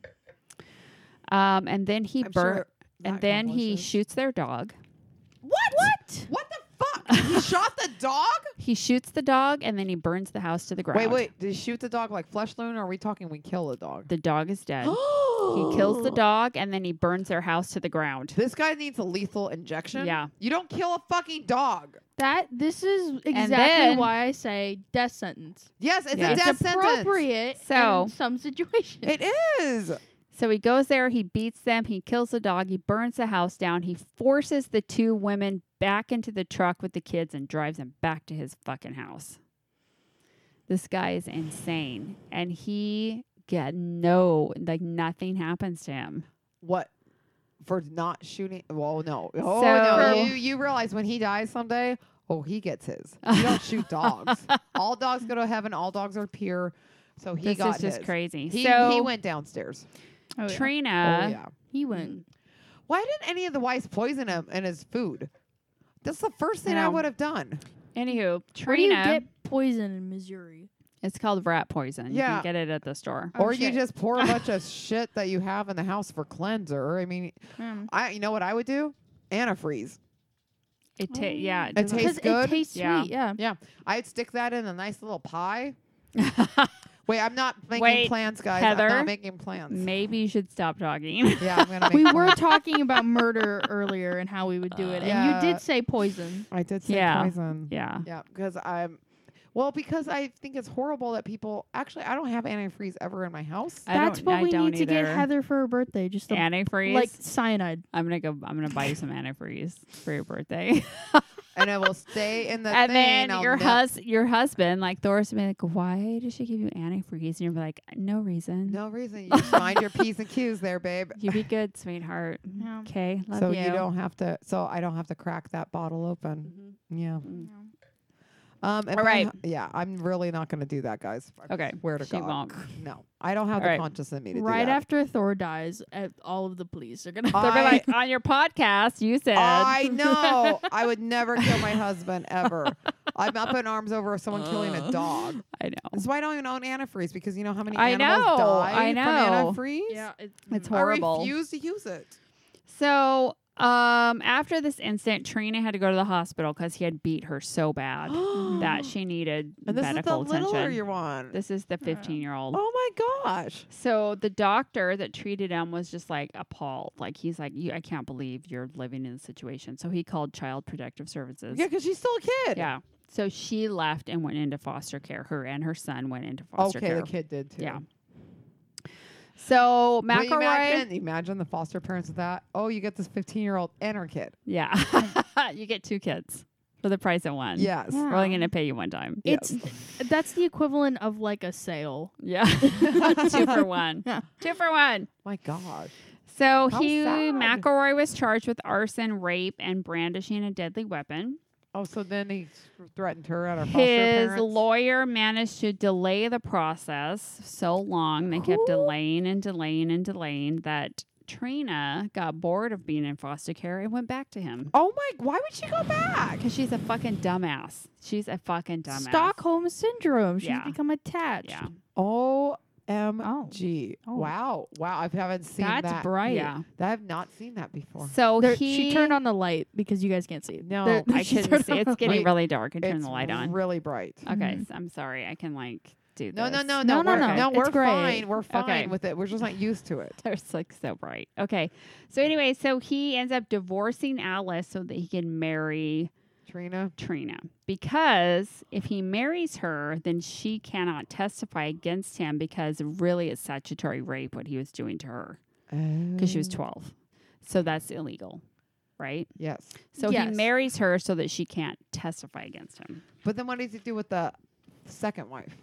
A: Um, and then he
B: I'm
A: bur-
B: sure
A: and
B: that
A: then he
B: accomplishes.
A: shoots their dog.
B: What? What? What the fuck? he shot the dog?
A: He shoots the dog and then he burns the house to the ground.
B: Wait, wait. Did he shoot the dog like flesh loon or are we talking we kill the dog?
A: The dog is dead.
B: he
A: He kills the dog and then he burns their house to the ground.
B: This guy needs a lethal injection.
A: Yeah.
B: You don't kill a fucking dog.
C: that this is exactly
A: then-
C: why I say death sentence.
B: Yes, it's
A: Yeah.
B: a
A: It's
B: death sentence.
C: Appropriate
A: So-
C: in some situations.
B: It is.
A: So he goes there, he beats them, he kills the dog, he burns the house down, he forces the two women back into the truck with the kids and drives them back to his fucking house. This guy is insane and he get no like nothing happens to him.
B: What? For not shooting? Well, no. Oh
A: So-
B: no! You you realize when he dies someday? Oh, he gets his. You don't shoot dogs. All dogs go to heaven. All dogs are pure. So he
A: this
B: got
A: is just
B: his.
A: crazy.
B: He,
A: so Uh,
B: he went downstairs.
C: Oh, yeah.
A: Trina
B: oh yeah.
C: He went.
B: Why didn't any of the wives poison him in his food? That's the first thing I
A: No.
B: would have done.
A: anywho,
C: Where do you
A: Trina
C: get poison in Missouri?
A: it's called rat poison. You
B: Yeah.
A: can get it at the store.
C: Oh,
B: or you
C: shit.
B: just pour a bunch of shit that you have in the house for cleanser. I mean,
A: Hmm.
C: Um,
B: I you know what I would do? Antifreeze.
A: It ta- yeah,
B: Oh. It
A: doesn't-
B: tastes good?
C: It tastes
A: Yeah.
C: sweet. Yeah.
B: Yeah, I'd stick that in a nice little pie. Wait, I'm not making
A: Wait,
B: plans, guys. I'm
A: Heather.
B: not making plans.
A: Maybe you should stop talking.
B: yeah, I'm gonna make
C: We were
B: plans.
C: talking about murder earlier and how we would do it, and
B: Yeah.
C: you did say poison.
B: I did say
A: Yeah.
B: poison.
A: yeah.
B: Yeah, because I'm. Well, because I think it's horrible that people actually I don't have antifreeze ever in my house.
A: I
C: That's
A: don't-
C: what
A: I
C: we
A: don't
C: need to get
A: either.
C: Heather for her birthday. Just a,
A: antifreeze.
C: like cyanide.
A: I'm gonna go. I'm gonna buy you some antifreeze for your birthday,
B: and I will stay in the
A: and
B: thing.
A: then
B: I'll
A: your
B: ne-
A: hus your husband, like Thor's, be like, "Why does she give you antifreeze?" And you're like, "No reason.
B: No reason. You just mind your p's and q's there, babe.
A: You be good, sweetheart.
C: Yeah.
A: Okay, love
B: so
A: you."
B: don't have to. So I don't have to crack that bottle open. Yeah. Um. if I
A: Mm-hmm. right.
B: ha- yeah, I'm really not going to do that, guys. I
A: Okay,
B: Swear to
A: she
B: God.
A: won't.
B: No, I don't have
A: All
B: the
A: right.
B: conscience in me to
C: Right
B: do that.
C: after Thor dies, uh, all of the police are gonna.
A: They're gonna be
B: I-
A: like on your podcast, you said.
B: I know. I would never kill my husband ever. I'm up in arms over someone killing a dog.
A: I know.
B: That's why I don't even own antifreeze because you know how many
A: Uh. Oh. I
B: animals
A: know,
B: die
A: I know.
B: from antifreeze.
A: It's
B: I
A: horrible.
B: refuse to use it.
A: So, um, after this incident, Trina had to go to the hospital because he had beat her so bad that she needed
B: And this
A: medical
B: is the littler
A: attention.
B: you're on.
A: this is the 15 year old.
B: oh my gosh.
A: So the doctor that treated him was just like appalled. Like he's like, you, I can't believe you're living in this situation. So he called Child Protective Services.
B: Yeah, because she's still a kid.
A: Yeah. So she left and went into foster care. Her and her son went into foster
B: Okay,
A: care.
B: the kid did too.
A: Yeah. So
B: Will you
A: McElroy,
B: Imagine, imagine the foster parents with that. Oh, you get this 15 year old and her kid.
A: yeah, you get two kids for the price of one.
B: Yes.
C: Yeah.
A: we're only gonna pay you one time.
B: Yep.
C: It's that's the equivalent of like a sale.
A: Yeah, two for one.
C: Yeah.
A: Two for one.
B: My God.
A: So
B: How
A: Hugh
B: sad.
A: McElroy was charged with arson, rape, and brandishing a deadly weapon.
B: Oh, so then he threatened her at her foster
A: His
B: parents.
A: lawyer managed to delay the process so long. They kept
C: Who?
A: delaying and delaying and delaying that Trina got bored of being in foster care and went back to him.
B: Oh my! Why would she go back?
A: Because she's a fucking dumbass. She's a fucking dumbass.
C: Stockholm syndrome. She's
A: Yeah.
C: become attached.
A: Yeah.
B: O M G.
C: Oh.
B: Wow! Wow! I haven't seen
C: That's
B: that.
C: bright.
A: Yeah.
B: I have not seen that before.
A: So
C: There-
A: he,
C: she turned on the light because you guys can't see it.
B: No,
C: There-
A: I
C: she
A: couldn't
C: turned
A: see.
C: on
A: It's
C: the
A: getting
C: light.
A: really dark. And turn
B: It's
A: the light on.
B: Really bright.
A: okay, so I'm sorry. I can like do
B: No, no,
A: this.
B: no, no,
C: No, no,
B: we're-
A: no.
B: no.
C: It's
B: We're
C: great.
B: fine. We're fine
A: Okay.
B: with it. We're just not used to it.
A: They're s- like so bright. Okay. So anyway, so he ends up divorcing Alice so that he can marry
B: Trina.
A: Trina because if he marries her, then she cannot testify against him because really it's statutory rape what he was doing to her because
B: Mm.
A: she was
B: Oh,
A: 12. So that's illegal, right?
B: Yes.
A: So he
C: Yes.
A: marries her so that she can't testify against him.
B: But then what does he do with the second wife?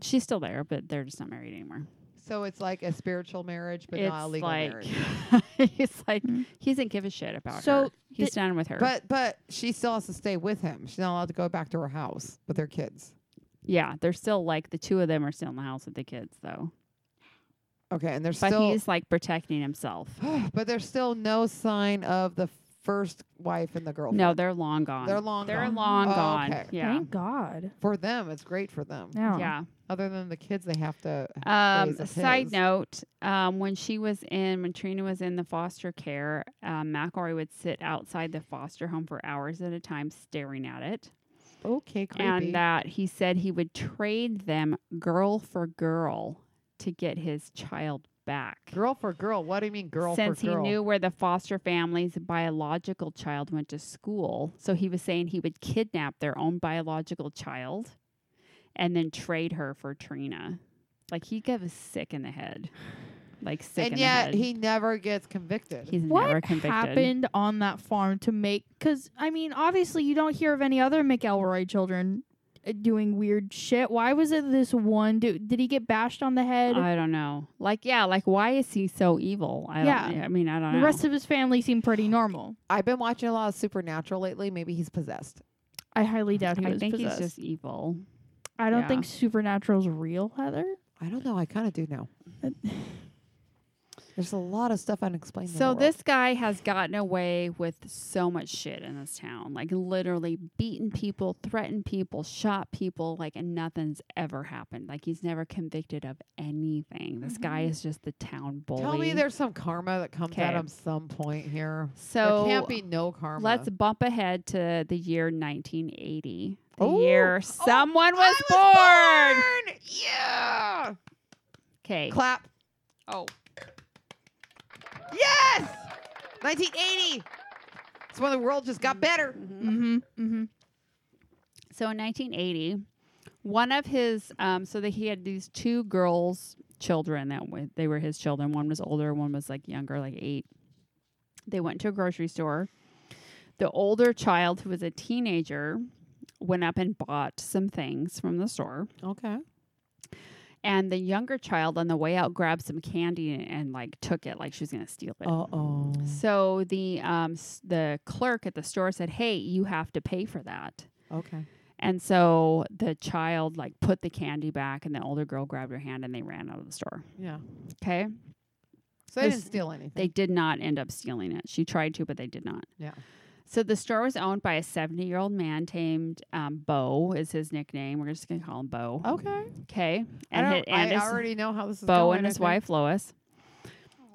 A: She's still there, but they're just not married anymore.
B: So it's like a spiritual marriage, but
A: it's
B: not a legal
A: like
B: marriage.
A: he's like
C: Mm.
A: he doesn't give a shit about
C: So
A: her. He's done with her.
B: But but she still has to stay with him. She's not allowed to go back to her house with her kids.
A: Yeah, they're still like the two of them are still in the house with the kids though.
B: Okay, and there's
A: But
B: still
A: he's like protecting himself.
B: but there's still no sign of the first wife and the girlfriend.
A: No, they're long gone.
B: They're long
A: They're
B: gone.
A: long
B: Oh,
A: gone.
B: okay.
A: Yeah.
C: Thank God.
B: for them, it's great for them.
C: Yeah.
A: Yeah.
B: Other than the kids, they have to.
A: Um,
B: Days of
A: side
B: his.
A: note, um, when she was in, when Trina was in the foster care, um, McElroy would sit outside the foster home for hours at a time staring at it.
B: Okay, creepy.
A: And that he said he would trade them girl for girl to get his child back.
B: girl for girl. What do you mean, girl
A: since
B: for girl?
A: he knew where the foster family's biological child went to school. So he was saying he would kidnap their own biological child and then trade her for Trina. Like he got was sick in the head. Like sick
B: and
A: in
B: yet
A: the head.
B: he never gets convicted.
A: He's never
C: What
A: convicted.
C: happened on that farm to make? Because I mean, obviously, you don't hear of any other McElroy children uh, doing weird shit. Why was it this one dude? Did he get bashed on the head?
A: I don't know. Like, yeah, like why is he so evil? I don't
C: Yeah.
A: I mean, I don't
C: the
A: know.
C: rest of his family seemed pretty normal.
B: I've been watching a lot of Supernatural lately. Maybe he's possessed.
C: I highly doubt he
A: I
C: was
A: think
C: possessed.
A: he's just evil.
C: I don't
A: yeah.
C: think Supernatural's real, Heather.
B: I don't know. I kind of do now. There's a lot of stuff unexplained. in the
A: So
B: world.
A: this guy has gotten away with so much shit in this town, like literally beaten people, threatened people, shot people, like and nothing's ever happened. Like he's never convicted of anything. This guy is just the town bully.
B: Mm-hmm. Tell me there's some karma that comes at
A: Okay.
B: him some point here.
A: so
B: there can't be no karma.
A: let's bump ahead to the year 1980, the
B: Oh,
A: year
B: oh,
A: someone was,
B: I
A: born.
B: was born. Yeah.
A: Okay.
B: Clap.
A: oh,
B: Yes. 1980. It's when the world just got better.
C: Mm-hmm. Mm-hmm.
A: So in 1980, one of his um, so that he had these two girls children that w- they were his children. One was older, one was like younger, like eight. They went to a grocery store. The older child, who was a teenager, went up and bought some things from the store,
B: Okay.
A: and the younger child on the way out grabbed some candy and, and like took it, like she was gonna steal it.
B: Uh oh.
A: So the um, s- the clerk at the store said, "Hey, you have to pay for that."
B: Okay.
A: And so the child like put the candy back and the older girl grabbed her hand and they ran out of the store.
B: Yeah.
A: Okay?
B: So they
A: This-
B: didn't steal anything.
A: They did not end up stealing it. She tried to, but they did not.
B: Yeah.
A: So the store was owned by a 70 year old man named um, Bo is his nickname. We're just gonna call him Bo.
B: okay.
A: Okay.
B: Oh. I,
A: And,
B: don't,
A: hi- and
B: I
A: his,
B: already know how this is
A: Bo
B: going.
A: and
B: I
A: his
B: think.
A: wife Lois.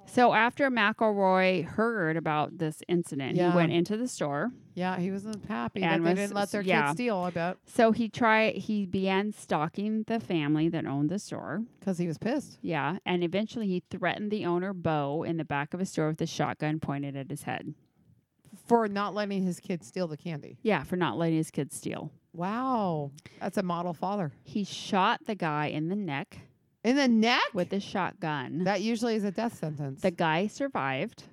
A: So after McElroy heard about this incident,
B: Yeah.
A: he went into the store.
B: Yeah, he wasn't happy
A: And
B: that
A: was-
B: they didn't let their
A: yeah.
B: kids steal. I bet
A: So he tried. He began stalking the family that owned the store.
B: because he was pissed.
A: Yeah, and eventually he threatened the owner, Bo, in the back of a store with a shotgun pointed at his head.
B: for not letting his kids steal the candy.
A: Yeah, for not letting his kids steal.
B: Wow, that's a model father.
A: He shot the guy in the neck
B: In the neck?
A: with a shotgun.
B: that usually is a death sentence.
A: the guy survived.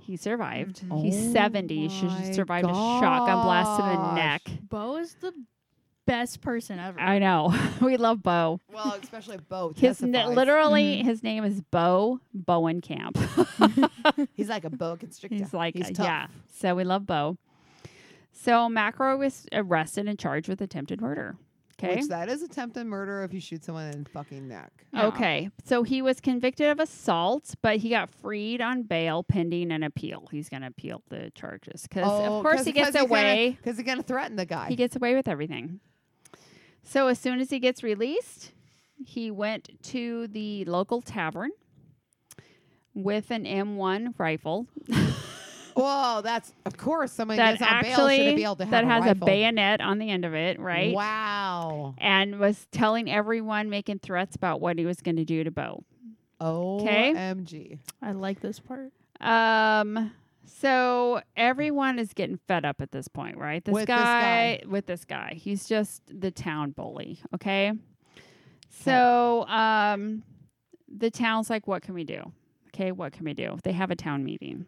A: He survived.
C: Mhm.
A: He's
B: Oh
A: 70. She
B: my
A: survived a shotgun blast to the
B: gosh.
A: neck.
C: Bo is the best person ever.
A: I know. we love Bo.
B: well, especially if Bo.
A: His n-
B: testifies. Mm-hmm.
A: literally his name is Bo Bowen Camp.
B: He's like a boa constrictor.
A: He's like,
B: He's
A: uh,
B: tough.
A: yeah. So we love Bo. So Macro was arrested and charged with attempted murder. Okay.
B: Which that is attempted murder if you shoot someone in the fucking neck.
C: Yeah.
A: Okay. So he was convicted of assault, but he got freed on bail pending an appeal. He's going to appeal the charges because, of course, he gets away.
B: Because Oh, he's going to threaten the guy.
A: He gets away with everything. So as soon as he gets released, he went to the local tavern with an M1 rifle
B: Whoa, that's, of course, someone
A: that
B: gets on bail
A: actually
B: should be able to have
A: that
B: a
A: has
B: rifle.
A: a bayonet on the end of it, right?
B: Wow.
A: And was telling everyone, making threats about what he was going to do to Bo.
B: OMG.
C: I like this part.
A: Um. So everyone is getting fed up at this point, right? This,
B: With this
A: guy, with this guy, he's just the town bully. Okay. So um, the town's like, what can we do? Okay, what can we do? They have a town meeting.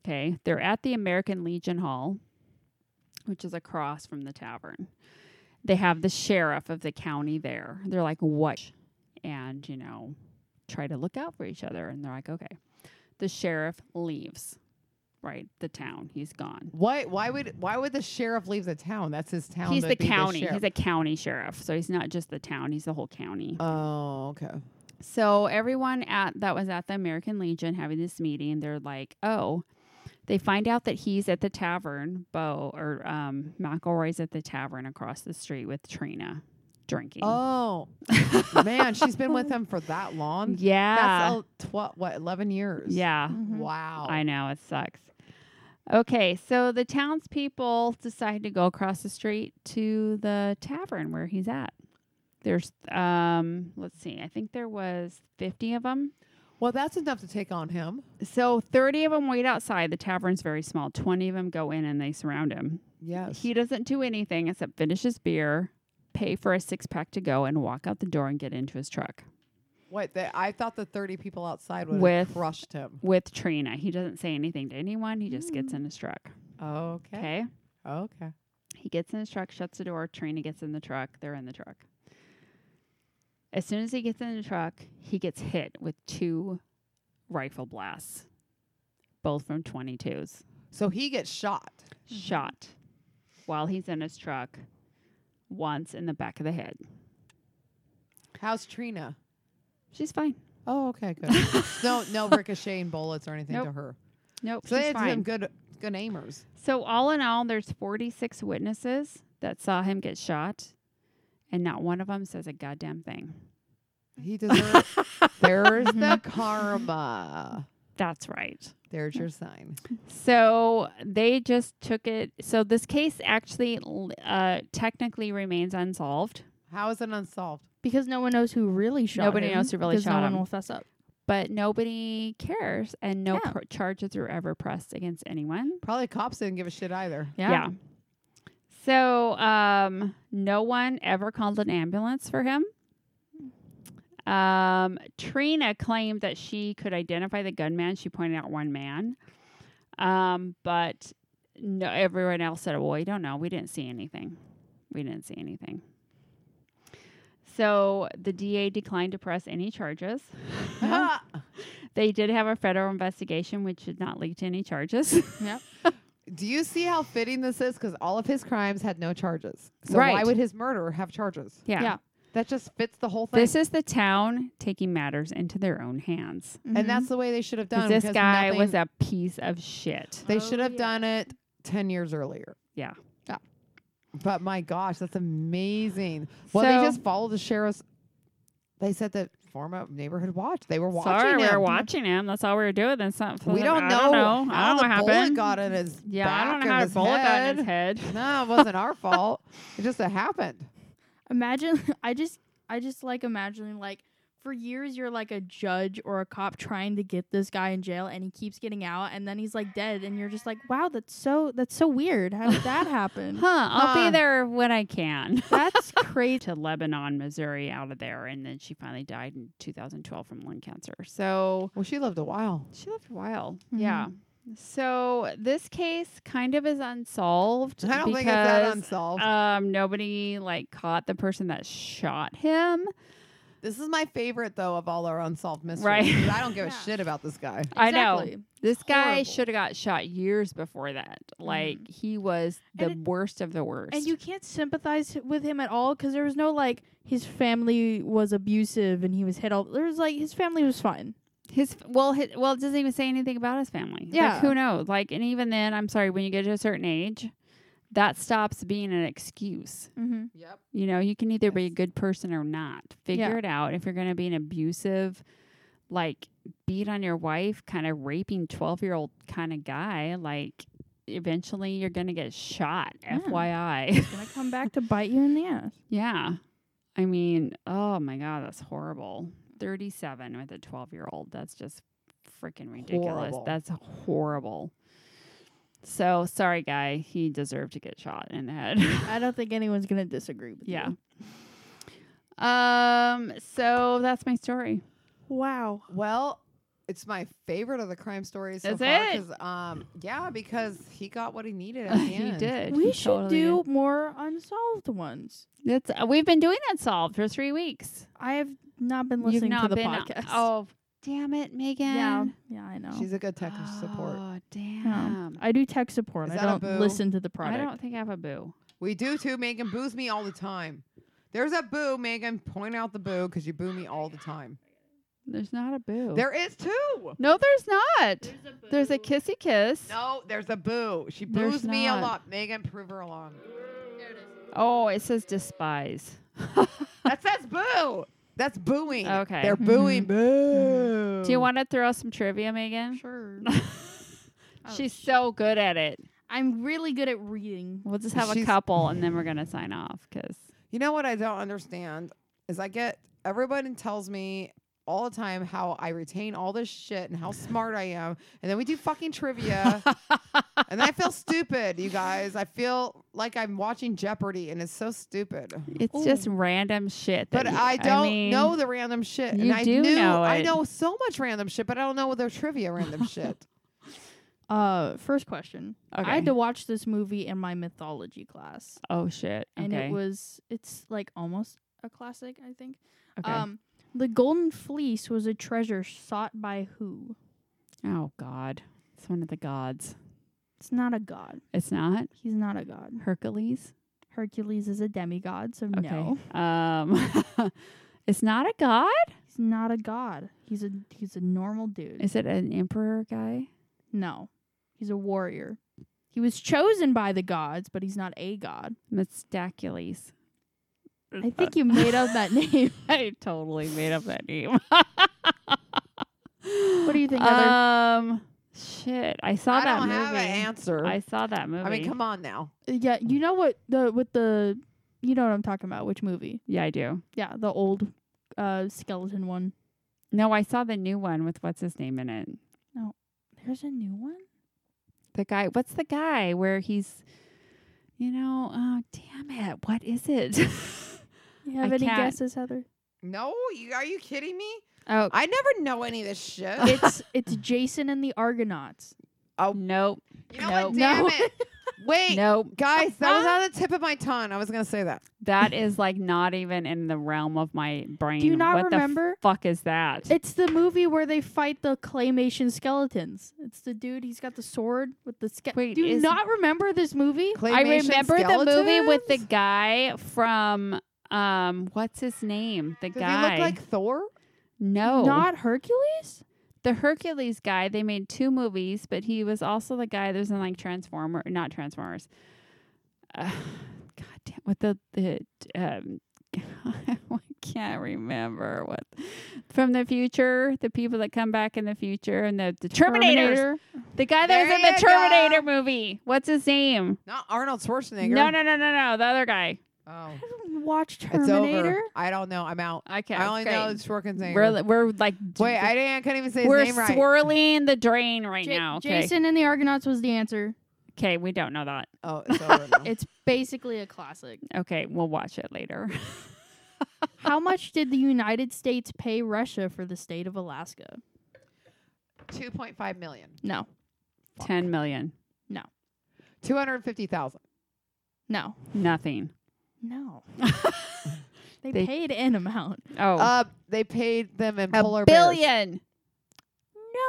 A: Okay, they're at the American Legion Hall, which is across from the tavern. They have the sheriff of the county there. They're like, what? And you know, try to look out for each other. And they're like, okay the sheriff leaves right the town he's gone
B: Why? Why would? Why would the sheriff leave the town? That's his town.
A: he's
B: would
A: the
B: be
A: county he's
B: sheriff.
A: a county sheriff so he's not just the town he's the whole county
B: oh, okay.
A: so everyone at that was at the american legion having this meeting they're like oh they find out that he's at the tavern bo or um mcelroy's at the tavern across the street with trina drinking
B: Oh, man, she's been with him for that long.
A: yeah
B: That's a tw- what eleven years.
A: yeah
B: Wow.
A: I know it sucks. Okay, so the townspeople decide to go across the street to the tavern where he's at. There's, um, let's see, I think there was 50 of them.
B: Well, that's enough to take on him.
A: So 30 of them wait outside. The tavern's very small. 20 of them go in and they surround him.
B: Yes.
A: He doesn't do anything except finish his beer, pay for a six pack to go, and walk out the door and get into his truck
B: What? They, I thought the thirty people outside would
A: With-
B: have crushed him.
A: with Trina. He doesn't say anything to anyone. He just gets in his truck.
B: Mm. Okay.
A: Okay.
B: Okay.
A: He gets in his truck, shuts the door. Trina gets in the truck. They're in the truck. As soon as he gets in the truck, he gets hit with two rifle blasts, both from 22s.
B: So he gets shot.
A: Mm-hmm. Shot while he's in his truck, once in the back of the head.
B: How's Trina?
A: She's fine.
B: Oh, okay, good. no, no ricocheting bullets or anything to
A: Nope.
B: her.
A: Nope,
B: So they
A: she's
B: had some
A: fine.
B: good, good aimers.
A: So all in all, there's 46 witnesses that saw him get shot, and not one of them says a goddamn thing.
B: He deserves. there's the
A: Mm-hmm.
B: karma.
A: That's right.
B: There's your sign.
A: So they just took it. So this case actually l- uh, technically remains unsolved,
B: How is it unsolved?
C: Because no one knows who really shot
A: Nobody
C: him,
A: knows who really
C: because
A: shot
C: no
A: him.
C: one will fess up.
A: but nobody cares, and no
C: Yeah.
A: pr- charges were ever pressed against anyone.
B: Probably cops didn't give a shit either.
A: So um, no one ever called an ambulance for him. Um, Trina claimed that she could identify the gunman. She pointed out one man, um, but no, everyone else said, "Well, we don't know. We didn't see anything. We didn't see anything." So the DA declined to press any charges. They did have a federal investigation, which did not lead to any charges.
C: Yep.
B: Do you see how fitting this is? Because all of his crimes had no charges. So why
A: Right.
B: would his murder have charges?
C: Yeah.
B: That just fits the whole thing.
A: This is the town taking matters into their own hands.
C: Mhm.
B: and that's the way they should have
A: 'Cause
B: done.
A: Mm-hmm. this
B: because
A: guy
B: nothing-
A: was a piece of shit.
B: They
C: Oh,
B: should have
C: yeah.
B: done it ten years earlier.
A: Yeah.
B: Yeah. But my gosh, that's amazing. Well,
A: So-
B: they just followed the sheriff's. They said that form a neighborhood watch. They were watching
A: Sorry, we
B: him.
A: were watching him. That's all we were doing. That's not.
B: We don't
A: I
B: know,
A: don't know. I
B: how
A: don't know
B: the
A: what
B: bullet
A: happened.
B: got in his
A: yeah, I don't
B: back
A: know
B: of
A: how the
B: his
A: bullet got in
B: head.
A: his head.
B: No, it wasn't our fault. It just it happened.
C: Imagine I just I just like imagining like for years you're like a judge or a cop trying to get this guy in jail and he keeps getting out and then he's like dead and you're just like, Wow, that's so that's so weird. How did that happen?
A: Huh, I'll
B: Huh.
A: be there when I can.
C: That's crazy.
A: to Lebanon, Missouri, out of there. And then she finally died in 2012 from lung cancer. So
B: Well, she lived a while.
A: she lived a while. Yeah.
B: Mm-hmm.
A: So this case kind of is unsolved.
B: I don't think it's that
A: because,
B: unsolved.
A: Um, nobody like caught the person that shot him.
B: this is my favorite though of all our unsolved mysteries.
A: Right.
B: 'cause I don't give a
C: Yeah.
B: shit about this guy.
A: I know.
C: Exactly.
A: This guy
C: horrible. Mm.
A: should have got shot years before that. Like he was the
C: And it-
A: worst of the worst.
C: And you can't sympathize with him at all because there was no like his family was abusive and he was hit all. There was like his family was fine.
A: his well, his, well, it doesn't even say anything about his family. Like,
C: Yeah.
A: who knows? Like, and even then, I'm sorry. When you get to a certain age, that stops being an excuse.
C: Mm-hmm.
B: Yep.
A: You know, you can either be a
B: Yes.
A: good person or not. Figure
C: Yeah.
A: it out. If you're going to be an abusive, like beat on your wife, kind of raping 12 year old kind of guy, like eventually you're going to get shot.
C: Yeah.
A: FYI.
C: Gonna come back to bite you in the ass.
A: yeah. I mean, oh my God, that's horrible. 37 with a 12 year old. That's just freaking ridiculous.
B: Horrible.
A: That's horrible. So sorry, guy. He deserved to get shot in the head.
C: I don't think anyone's gonna disagree with
A: Yeah.
C: you.
A: Um. So that's my story.
C: Wow.
B: Well, it's my favorite of the crime stories. So
A: Is
B: far,
A: it?
B: 'cause, Um, yeah, because he got what he needed at the
A: he
B: end.
A: did.
C: We
A: He
C: should
A: totally
C: do more unsolved ones.
A: did. That's uh, we've been doing unsolved for three weeks.
C: I have not been
A: You've
C: listening
A: not
C: to the
A: been-
C: podcast.
A: Oh, damn it, Megan.
C: yeah, yeah, I know.
B: She's a good tech support.
A: Oh, damn.
C: I do tech support.
B: Is
C: I
B: that a
C: don't
B: boo?
C: listen to the
A: I
C: product.
A: don't think I have a boo.
B: We do too. Megan boos me all the time. There's a boo, Megan. Point out the boo because you boo me all the time.
A: There's not a boo.
B: There is two.
A: No, there's not. There's a, kissy kiss.
B: No, there's a boo. She
A: There's
B: boos me a
A: not.
B: lot. Megan, prove her along.
A: Oh, it says despise.
B: That says boo. That's booing.
A: Okay. Mm-hmm.
B: They're booing. Boo.
A: Do you want to throw some trivia, Megan?
C: Sure. Oh,
A: She's so good at it.
C: I'm really good at reading.
A: We'll just have a
B: She's-
A: couple, and then we're gonna sign off because
B: You know what I don't understand is I get everyone tells me all the time how I retain all this shit and how smart I am, and then we do fucking trivia, and then I feel stupid. You guys, I feel like I'm watching Jeopardy, and it's so stupid.
A: it's
C: Ooh.
A: just random shit. that
B: But
A: you-
B: I don't
A: mean-
B: know the random shit.
A: you
B: and I
A: do
B: knew,
A: know
B: I
A: it.
B: know so much random shit, but I don't know the trivia random shit.
C: Uh, first question.
A: Okay.
C: I had to watch this movie in my mythology class,
A: Oh shit.
C: and
A: okay.
C: it was it's like almost a classic, I think.
A: okay.
C: Um, the Golden Fleece was a treasure sought by who?
A: oh god. It's one of the gods.
C: It's not a god.
A: It's not
C: He's not a god.
A: Hercules.
C: Hercules is a demigod, so
A: Okay.
C: no.
A: Um It's not a god?
C: He's not a god. He's a he's a normal dude.
A: Is it an emperor guy?
C: no. He's a warrior. He was chosen by the gods, but he's not a god.
A: Mestacules.
C: I think you made up that name.
A: I totally made up that name.
C: What do you think, Heather?
A: Um shit. I saw
B: I
A: that
B: don't
A: movie.
B: have an answer.
A: I saw that movie.
B: I mean, come on now.
C: yeah, you know what the with the you know what I'm talking about, which movie?
A: Yeah, I do.
C: Yeah, the old uh skeleton one.
A: No, I saw the new one with what's his name in it.
C: There's a new one?
A: The guy, what's the guy where he's you know, oh damn it. What is it?
C: You have
A: I
C: any
A: can't.
C: guesses, Heather?
B: No, you, are you kidding me?
A: oh,
B: I never know any of this shit.
C: it's it's Jason and the Argonauts.
A: nope.
B: you
A: no. Uh-huh.
B: know what? Damn
C: No.
B: it. Oh, Wait,
A: Nope.
B: guys, that was on the tip of my tongue. I was gonna say that.
A: That is like not even in the realm of my brain.
C: Do you not
A: what
C: remember?
A: The fuck is that?
C: It's the movie where they fight the claymation skeletons. It's the dude. He's got the sword with the ske-
A: Wait,
C: Do you
A: is-
C: not remember this movie?
A: I
B: Claymation
A: remember the movie with the
B: skeletons?
A: guy from um what's his name? The
B: Does
A: guy.
B: he look like Thor?
A: no.
C: Not Hercules.
A: the Hercules guy. They made two movies, but he was also the guy that was in like Transformer, not Transformers. Uh, God damn, with the the um, I can't remember what from the future. The people that come back in the future and the, the Terminators. The guy that was
B: There
A: in the
B: you go.
A: Terminator movie. What's his name?
B: Not Arnold Schwarzenegger.
A: No, no, no, no, no. The other guy.
B: Oh.
C: Terminator. watch
B: It's
C: Terminator?
B: over. I don't know. I'm out.
A: Okay,
B: I only
A: great.
B: know it's Schwarzenegger.
A: we're we're like
B: Wait, I didn't. I couldn't even say his
A: we're
B: name right.
A: swirling the drain right
C: Ja-
A: now. Okay,
C: Jason and the Argonauts was the answer.
A: okay, we don't know that.
B: oh, it's over now.
C: It's basically a classic.
A: Okay, we'll watch it later.
C: How much did the United States pay Russia for the state of Alaska?
B: Two point five million.
C: No,
A: Ten million,
B: Two hundred fifty thousand.
C: no,
A: nothing.
C: no. they,
A: They-
C: paid an amount.
A: Oh,
B: Uh, they paid them in polar
A: a billion.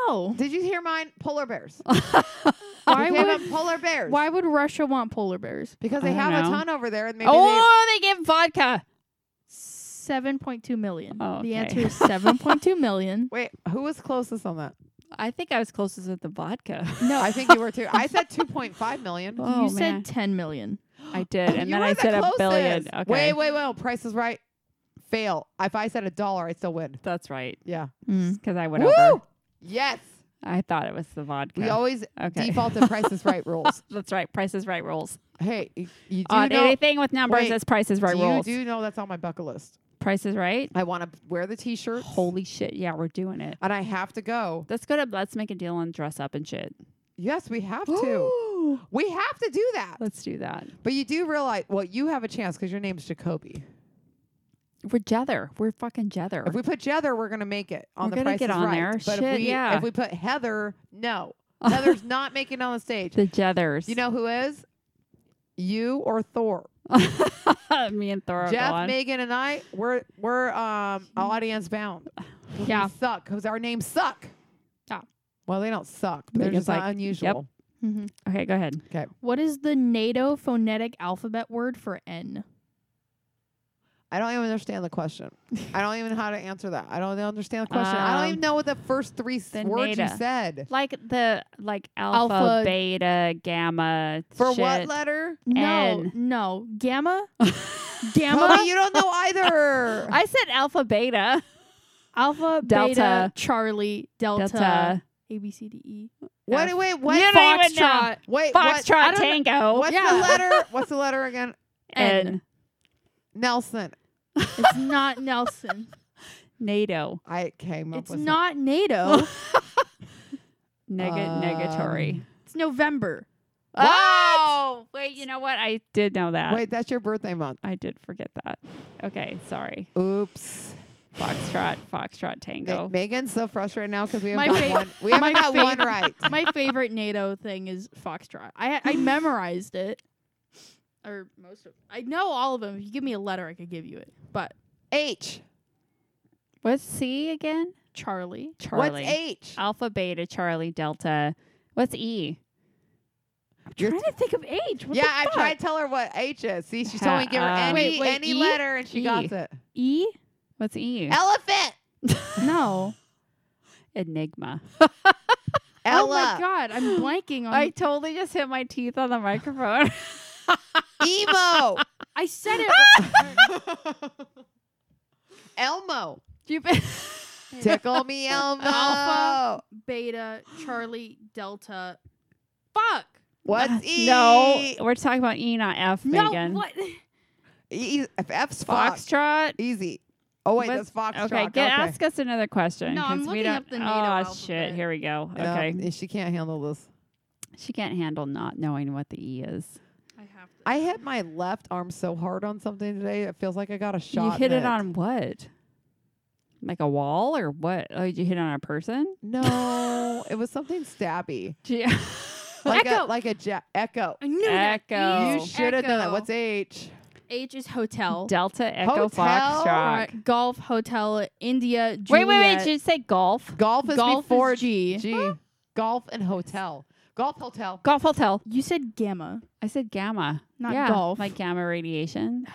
C: No.
B: bears. Did you hear mine? Polar bears.
C: Why
B: they gave
C: would
B: them polar bears.
C: why would Russia want polar bears?
B: Because
A: I
B: they
A: don't
B: have
A: know.
B: a ton over there, and maybe
A: oh, they give vodka.
C: Seven point two million.
A: Oh,
C: The
A: okay.
C: answer is seven point two million.
B: they. Wait, who was closest on that?
A: I think I was closest with the vodka.
B: No, I think you were too. I said two point five million.
A: Oh,
C: you said
A: man.
C: ten million.
A: I did, and
B: You
A: then
B: were
A: I
B: the
A: said a billion.
B: closest.
A: Okay,
B: Wait, wait, wait. Price is right. Fail. If I said a dollar, I still win.
A: that's right.
B: Yeah.
A: Because I went over.
B: Mm. Woo! Yes.
A: I thought it was the vodka.
B: We always
A: okay,
B: default to Price is Right rules.
A: that's right. Price is right rules.
B: Hey, you, you do
A: On
B: know.
A: anything with numbers,
B: Wait,
A: it's Price is right
B: do you
A: rules.
B: do know that's on my bucket list.
A: Price is right.
B: I want to wear the T-shirt.
A: Holy shit! Yeah, we're doing it.
B: And I have to go.
A: Let's go to let's make a deal and dress up and shit.
B: Yes, we have to. we have to do that.
A: Let's do that.
B: But you do realize, well, you have a chance because your name's Jacoby.
A: We're Jether. We're fucking Jether.
B: If we put Jether, we're gonna make it on
A: We're
B: the
A: gonna
B: Price
A: get
B: is
A: on
B: Right.
A: there.
B: But
A: Shit,
B: if we
A: yeah.
B: if we put Heather, no, Heather's not making it on the stage.
A: the Jethers.
B: You know who is? You or Thor?
A: know, me and Thor. are
B: Jeff,
A: gone.
B: Megan, and I. We're we're um audience bound.
C: Yeah.
B: we suck because our names suck.
C: Yeah.
B: Well, they don't suck. But they're
A: Megan's
B: just not
A: like,
B: unusual.
C: Mhm.
A: okay, go ahead.
C: What is the NATO phonetic alphabet word for N?
B: I don't even understand the question. I don't even know how to answer that. I don't understand the question. I
A: Um,
B: don't even know what the first three s-
A: the
B: words
A: nata.
B: you said.
A: Like the like alpha,
C: Alpha-
A: beta, gamma.
B: For what
A: shit.
B: letter?
C: No,
A: N.
C: no. Gamma?
B: Mommy,
C: Gamma?
B: you don't know either.
A: I said alpha, beta,
C: Alpha,
A: Delta.
C: Beta, Charlie, Delta,
A: delta,
C: A, B, C, D, E.
B: what?
A: F.
B: Wait, what?
A: You don't even know.
C: Foxtrot.
B: Wait, what?
A: foxtrot,
C: don't know.
A: tango,
B: What's
C: Yeah.
B: the letter? What's the letter again?
A: and
C: N.
B: Nelson.
C: It's not Nelson.
A: NATO.
B: I came up
C: it's
B: with
C: not NATO.
A: Neg-
B: Um,
A: negatory.
C: it's November.
B: What?
A: Oh, wait. You know what? I did know that.
B: Wait, that's your birthday month.
A: I did forget that. Okay, sorry.
B: Oops.
A: Foxtrot, foxtrot,
B: Ma-
A: tango.
B: Megan's so frustrated now because we
C: My
B: haven't got
C: fa-
B: one. We haven't
C: my
B: got
C: fa-
B: one right.
C: My favorite NATO thing is Foxtrot. I I memorized it. Or most of I know all of them. If you give me a letter, I could give you it. But
B: H.
A: What's C again?
C: Charlie.
A: Charlie.
B: What's H?
A: Alpha, beta, Charlie, delta. What's E? I'm
B: You're
A: trying to think of age. What
B: yeah,
A: the
B: I
A: fuck?
B: tried to tell her what H is. See, she's telling me give her
A: Ha-
B: any
A: uh,
C: Wait, wait,
B: any
C: E?
B: letter, and she
A: E.
B: got it.
C: E?
A: What's E?
B: Elephant.
C: No.
A: Enigma.
B: Ella.
C: Oh my god, I'm blanking on
A: I
C: I,
A: totally just hit my teeth on the microphone.
B: Emo.
C: I said it.
B: Elmo.
A: you
B: Tickle me, Elmo.
C: Alpha. Beta, Charlie, Delta. Fuck.
B: What's E?
A: Uh, No, we're talking about E, not F, Megan.
C: No, what?
B: E- F- F's Fox.
A: Foxtrot.
B: Easy. Oh wait,
A: What's-
B: that's Fox.
A: Okay, get, ask us another question.
C: No, I'm
A: 'cause we
C: looking
A: don't,
C: up the
A: Oh,
C: NATO alphabet.
A: shit. Here we go. Okay.
B: she can't handle this.
A: She can't handle not knowing what the E is.
C: I have to.
B: I hit my left arm so hard on something today. It feels like I got a shot.
A: you
B: in
A: hit it on what? Like a wall or what? Oh, did you hit on a person?
B: No, it was something stabby.
A: Yeah.
B: Like a
C: Echo.
B: like a ja- echo.
C: I knew
A: Echo.
C: that.
B: You
A: Oh.
B: should have done that.
C: Echo.
B: What's H?
C: H is hotel.
A: Delta Echo
B: Hotel?
A: Foxtrot.
C: Alright, golf, hotel, India,
A: Wait, wait, wait.
C: Juliet.
A: Did you say golf?
B: Golf is
C: golf
B: before
C: is G.
B: G. Golf and hotel. Golf hotel.
A: Golf hotel.
C: You said gamma.
A: I said gamma.
C: Not
A: yeah,
C: golf.
A: Like gamma radiation.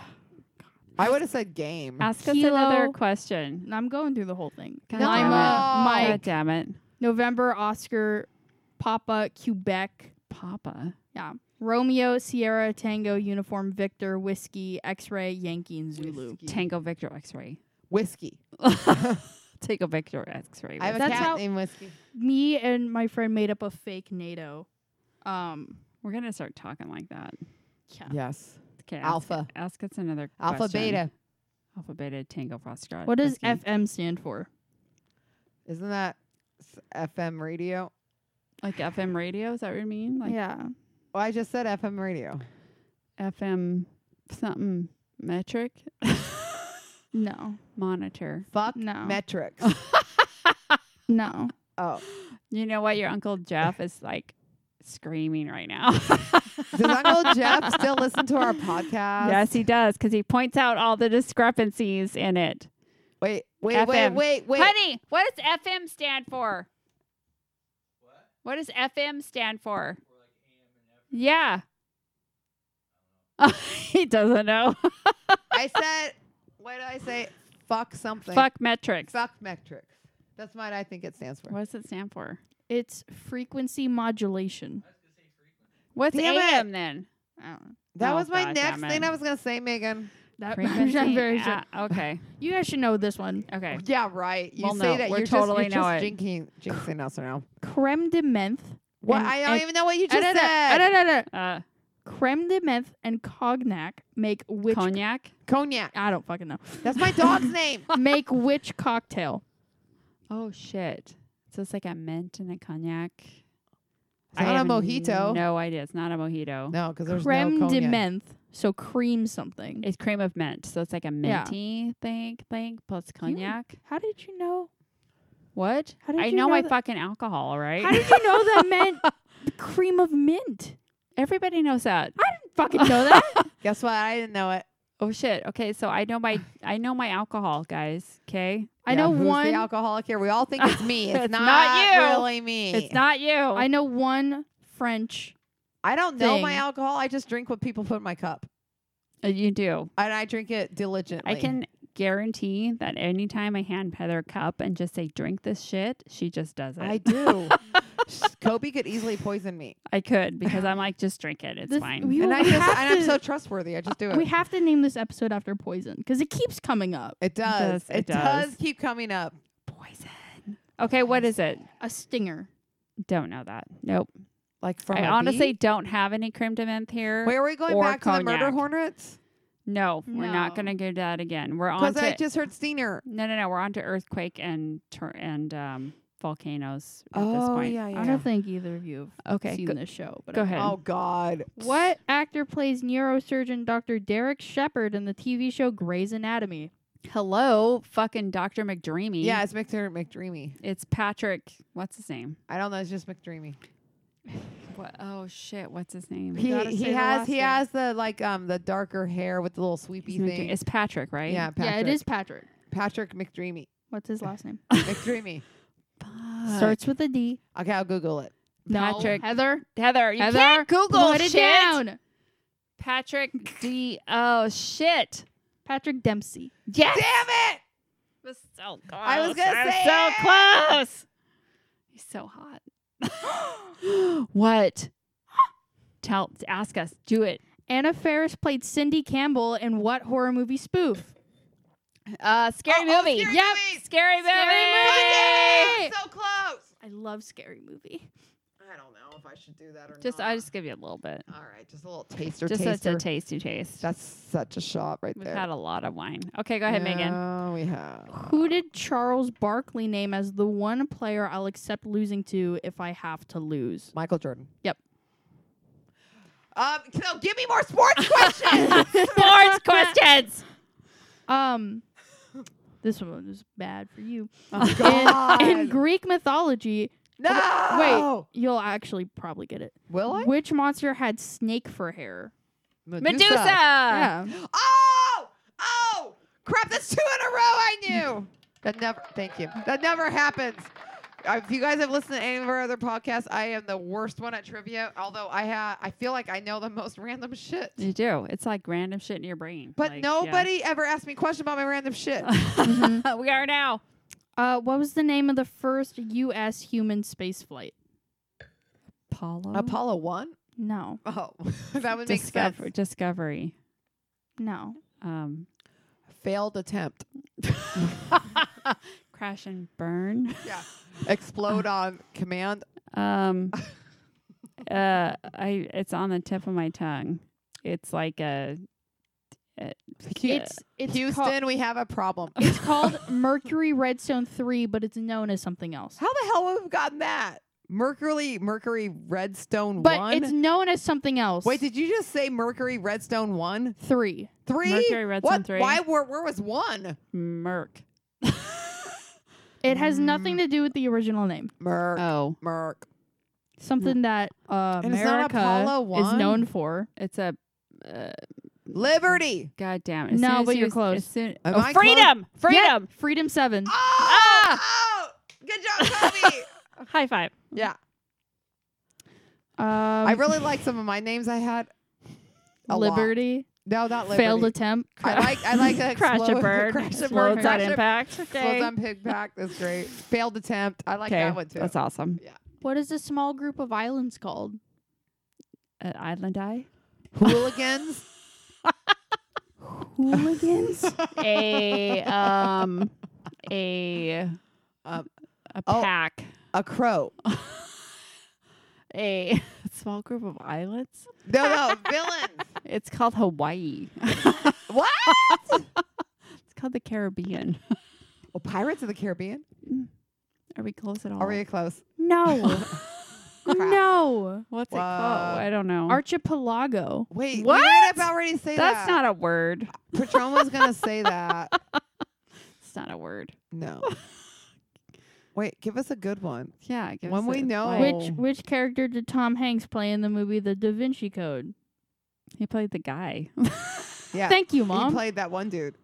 B: I would have said game.
A: Ask us
C: Kilo.
A: another question.
C: I'm going through the whole thing.
A: God
B: damn
C: Lima,
B: it.
A: God
C: Mike,
A: damn it.
C: November, Oscar, Papa, Quebec,
A: Papa.
C: yeah, Romeo, Sierra, Tango, Uniform, Victor, Whiskey, X-Ray, Yankee, and Zulu.
B: Whiskey.
A: Tango Victor X ray.
B: Whiskey.
A: Tango Victor X ray.
B: I have a
C: That's
B: cat
C: how-
B: named Whiskey.
C: Me and my friend made up a fake NATO. Um,
A: We're going to start talking like that.
C: yeah.
B: Yes.
A: Okay,
B: Alpha.
A: Ask us another
B: Alpha
A: question.
B: beta.
A: Alpha beta tango E. foster.
C: What does
A: whiskey.
C: FM stand for?
B: Isn't that s- FM radio?
A: like FM radio? Is that what you mean? Like
C: yeah.
B: Well, Oh, I just said FM radio.
A: FM something metric
C: No.
A: monitor.
B: Fuck
C: No.
B: metrics.
C: No.
B: oh,
A: You know what? Your uncle Jeff is like screaming right now.
B: does Uncle Jeff still listen to our podcast?
A: yes, he does because he points out all the discrepancies in it.
B: Wait, wait, wait,
A: FM.
B: wait, wait.
A: Honey, what does FM stand for? What? What does FM stand for? Yeah. he doesn't know.
B: I said, what did I say? Fuck something.
A: Fuck metrics.
B: Fuck metrics. That's what I think it stands for.
A: What does it stand for?
C: It's frequency modulation.
A: What's
B: Damn it.
A: AM then?
C: I don't know.
B: That
A: Oh,
B: was my
A: God
B: next
A: damn
B: thing
A: it.
B: I was gonna say, Megan.
C: That
A: Frequency?
C: I'm very sure.
A: Ah, okay.
C: You guys should know this one.
A: Okay.
B: Yeah, right. You
A: Well,
B: say
A: no,
B: that
A: we're
B: you're
A: totally
B: just,
A: know
B: you're
A: it.
B: just jinxing, jinxing us now.
C: Creme de menthe.
B: What?
C: And-
B: I don't
C: and-
B: even know what you just
C: Ah,
B: said.
C: da, da, ah, da, da, da.
A: Uh,
C: Creme de menthe and cognac make which
A: cognac.
B: Cognac.
C: I don't fucking know.
B: That's my dog's name.
C: make which cocktail?
A: Oh shit! So it's like a mint and a cognac.
B: It's not a
A: have
B: mojito.
A: No idea. It's not a mojito.
B: No, because there's
C: Creme
B: no
C: de
B: cognac.
C: menthe. So cream something.
A: It's cream of mint, so it's like a
C: Yeah.
A: minty thing, thing plus cognac.
C: How did you know?
A: What?
C: How did
A: I
C: you
A: know,
C: know
A: my
C: that-
A: fucking alcohol, all right?
C: How did you know that meant the cream of mint?
A: Everybody knows that.
C: Fucking know that.
B: Guess what? I didn't know it.
A: Oh shit. Okay, so I know my I know my alcohol, guys. Okay,
C: I
B: Yeah,
C: know
B: who's the
C: one.
B: alcoholic here. We all think it's me. It's,
A: It's
B: not,
A: not you.
B: really me.
A: it's not you.
C: I know one French.
B: I don't know my
C: thing.
B: alcohol. I just drink what people put in my cup,
A: Uh, you do.
B: and I drink it diligently.
A: I can guarantee that anytime I hand Heather a cup and just say drink this shit, she just does it.
B: I
A: I,
B: do. Kobe could easily poison me,
A: could because I'm like just drink it. It's
C: This-
A: fine.
C: we- You
B: and I
C: have
B: just and I'm
C: to-
B: so trustworthy. I just do it.
C: We have to name this episode after poison because it keeps coming up.
B: It does.
A: does, it
B: It does.
A: does.
B: keep coming up.
A: Poison. Okay, what is it?
C: A stinger.
A: Don't know that. Nope.
B: Like from
A: I
B: a
A: honestly
B: bee?
A: don't have any creme de menthe here.
B: Wait, are we going
A: or
B: back to the murder
A: cognac.
B: hornets?
A: No, we're not
C: No.
A: gonna do that again. We're on
B: Because I
A: to
B: just heard Steiner.
A: no, no, no. We're on to earthquake and tur and um, volcanoes at
B: Oh,
A: this point.
C: I don't think either of you have
A: Okay,
C: seen
A: go-
C: this show. But
A: go
C: I-
A: ahead.
B: Oh God.
C: What actor plays neurosurgeon Dr. Derek Shepard in the TV show Grey's Anatomy?
A: Hello, fucking Doctor McDreamy.
B: Yeah, it's Mr. McDreamy.
A: it's Patrick. What's his name?
B: I don't know. It's just McDreamy.
A: What? Oh shit! What's his name?
B: He
C: gotta say
B: he
C: the
B: has
C: last
B: he
C: name.
B: has the like um the darker hair with the little sweepy
A: He's McDreamy.
B: thing.
A: It's Patrick, right?
B: Yeah, Patrick.
C: Yeah, it is Patrick.
B: Patrick McDreamy.
C: What's his last name?
B: McDreamy.
A: Fuck.
C: Starts with a D.
B: Okay, I'll Google it.
C: No,
A: Patrick.
C: Heather.
A: Heather. You
C: Heather,
A: can't Google
C: Put it
A: shit.
C: down.
A: Patrick D. Oh shit!
C: Patrick Dempsey.
A: Yes.
B: Damn it!
A: was so close.
B: I was gonna
A: I'm
B: say
A: so
B: it.
A: close. He's so hot. what? Tell, ask us. Do it.
C: Anna Faris played Cindy Campbell in what horror movie spoof?
A: Uh, scary
B: Oh, oh,
A: movie.
B: Scary
A: yep.
B: Movie.
A: Scary movie.
B: I did it! So close.
C: I love scary movie.
B: I don't know if I should do that or
A: Just,
B: not.
A: I just give you a little bit.
B: All right, just a little taster.
A: just
B: taster.
A: such a tasty taste.
B: That's such a shot right
A: We've
B: there.
A: had a lot of wine. Okay, go ahead, Megan.
B: Yeah, we have.
C: Who did Charles Barkley name as the one player I'll accept losing to if I have to lose?
B: Michael Jordan.
C: Yep.
B: Um, so give me more sports questions.
A: Sports questions.
C: Um, this one was bad for you.
B: oh,
C: In-
B: God.
C: In, Greek mythology,
B: no.
C: wait, you'll actually probably get it.
B: Will I?
C: Which monster had snake for hair?
A: Medusa.
B: Uh.
C: yeah.
B: Oh! Oh! Crap, that's two in a row I knew. that never thank you. That never happens. Uh, If you guys have listened to any of our other podcasts, I am the worst one at trivia, although I ha- I feel like I know the most random shit.
A: You do. It's like random shit in your brain.
B: But
A: Like, yeah.
B: nobody ever asked me a question about my random shit.
A: we are now.
C: Uh, what was the name of the first U.S. human space flight?
A: Apollo.
B: Apollo 1?
C: No,
B: Oh, that would make sense.
A: Discover- Discovery.
C: no.
A: um,
B: Failed attempt.
A: crash and burn.
B: Yeah. Explode on command.
A: Um, uh, I it's on the tip of my tongue. It's like a
B: Hu-
C: It's it's ca-
B: Houston, we have a problem.
C: it's called Mercury Redstone Three, but it's known as something else.
B: How the hell have we gotten that? Mercury, Mercury Redstone
C: But
B: One.
C: it's known as something else.
B: Wait, did you just say Mercury Redstone One?
C: three?
B: Three?
A: Mercury Redstone
B: what?
A: three.
B: Why? Where, where was one?
A: Merc.
C: It has
B: Mm.
C: nothing to do with the original name.
B: Merc.
A: Oh,
B: Merc.
C: Something that uh,
B: And it's not
C: America
B: Apollo
C: is known
B: 1?
C: for.
A: it's a. Uh,
B: Liberty.
A: God damn it! As
C: No,
A: soon as
C: but
A: you
C: you're
A: s-
C: close.
A: as soon-
B: Am
A: oh,
B: I close?
A: freedom!
C: Yeah,
A: Freedom!
C: Freedom Seven.
B: Oh, oh! Good job, Kobe.
A: High five.
B: yeah.
C: Um,
B: I really like some of my names I had. A lot.
C: Liberty,
B: No, not Liberty.
C: failed attempt.
B: I like. I like to
A: Crash a
B: explode-
A: bird.
B: Crash a
A: Explodes
B: bird.
A: on
B: Crash a-
A: impact.
B: Explodes
A: Okay.
B: on pig pack. That's great. Failed attempt. I like that one too.
A: That's awesome.
C: What is a small group of islands called?
A: Uh, island Eye.
B: Hooligans.
A: Hooligans. a um a
B: Um,
A: a
B: oh.
A: pack.
B: a crow.
A: A small group of islets.
B: No, no, villains.
A: It's called Hawaii.
B: What?
A: It's called the Caribbean. Oh,
B: Well, Pirates of the Caribbean.
A: Are we close at all?
B: Are we close?
C: No,
B: Crap.
C: no.
A: What's it
B: Wow.
A: called? I don't know.
C: Archipelago.
B: Wait,
A: What?
B: we made up already to say
A: That's
B: that.
A: not a word.
B: That's not. Patroma's gonna say that.
A: It's not a word.
B: No. Wait, give us a good one.
A: Yeah. Give
B: One
A: us
B: we
A: a-
B: know.
A: like-
C: Which which character did Tom Hanks play in the movie The Da Vinci Code?
A: He played the guy.
B: Yeah,
C: Thank you,
B: he
C: mom.
B: played that one dude.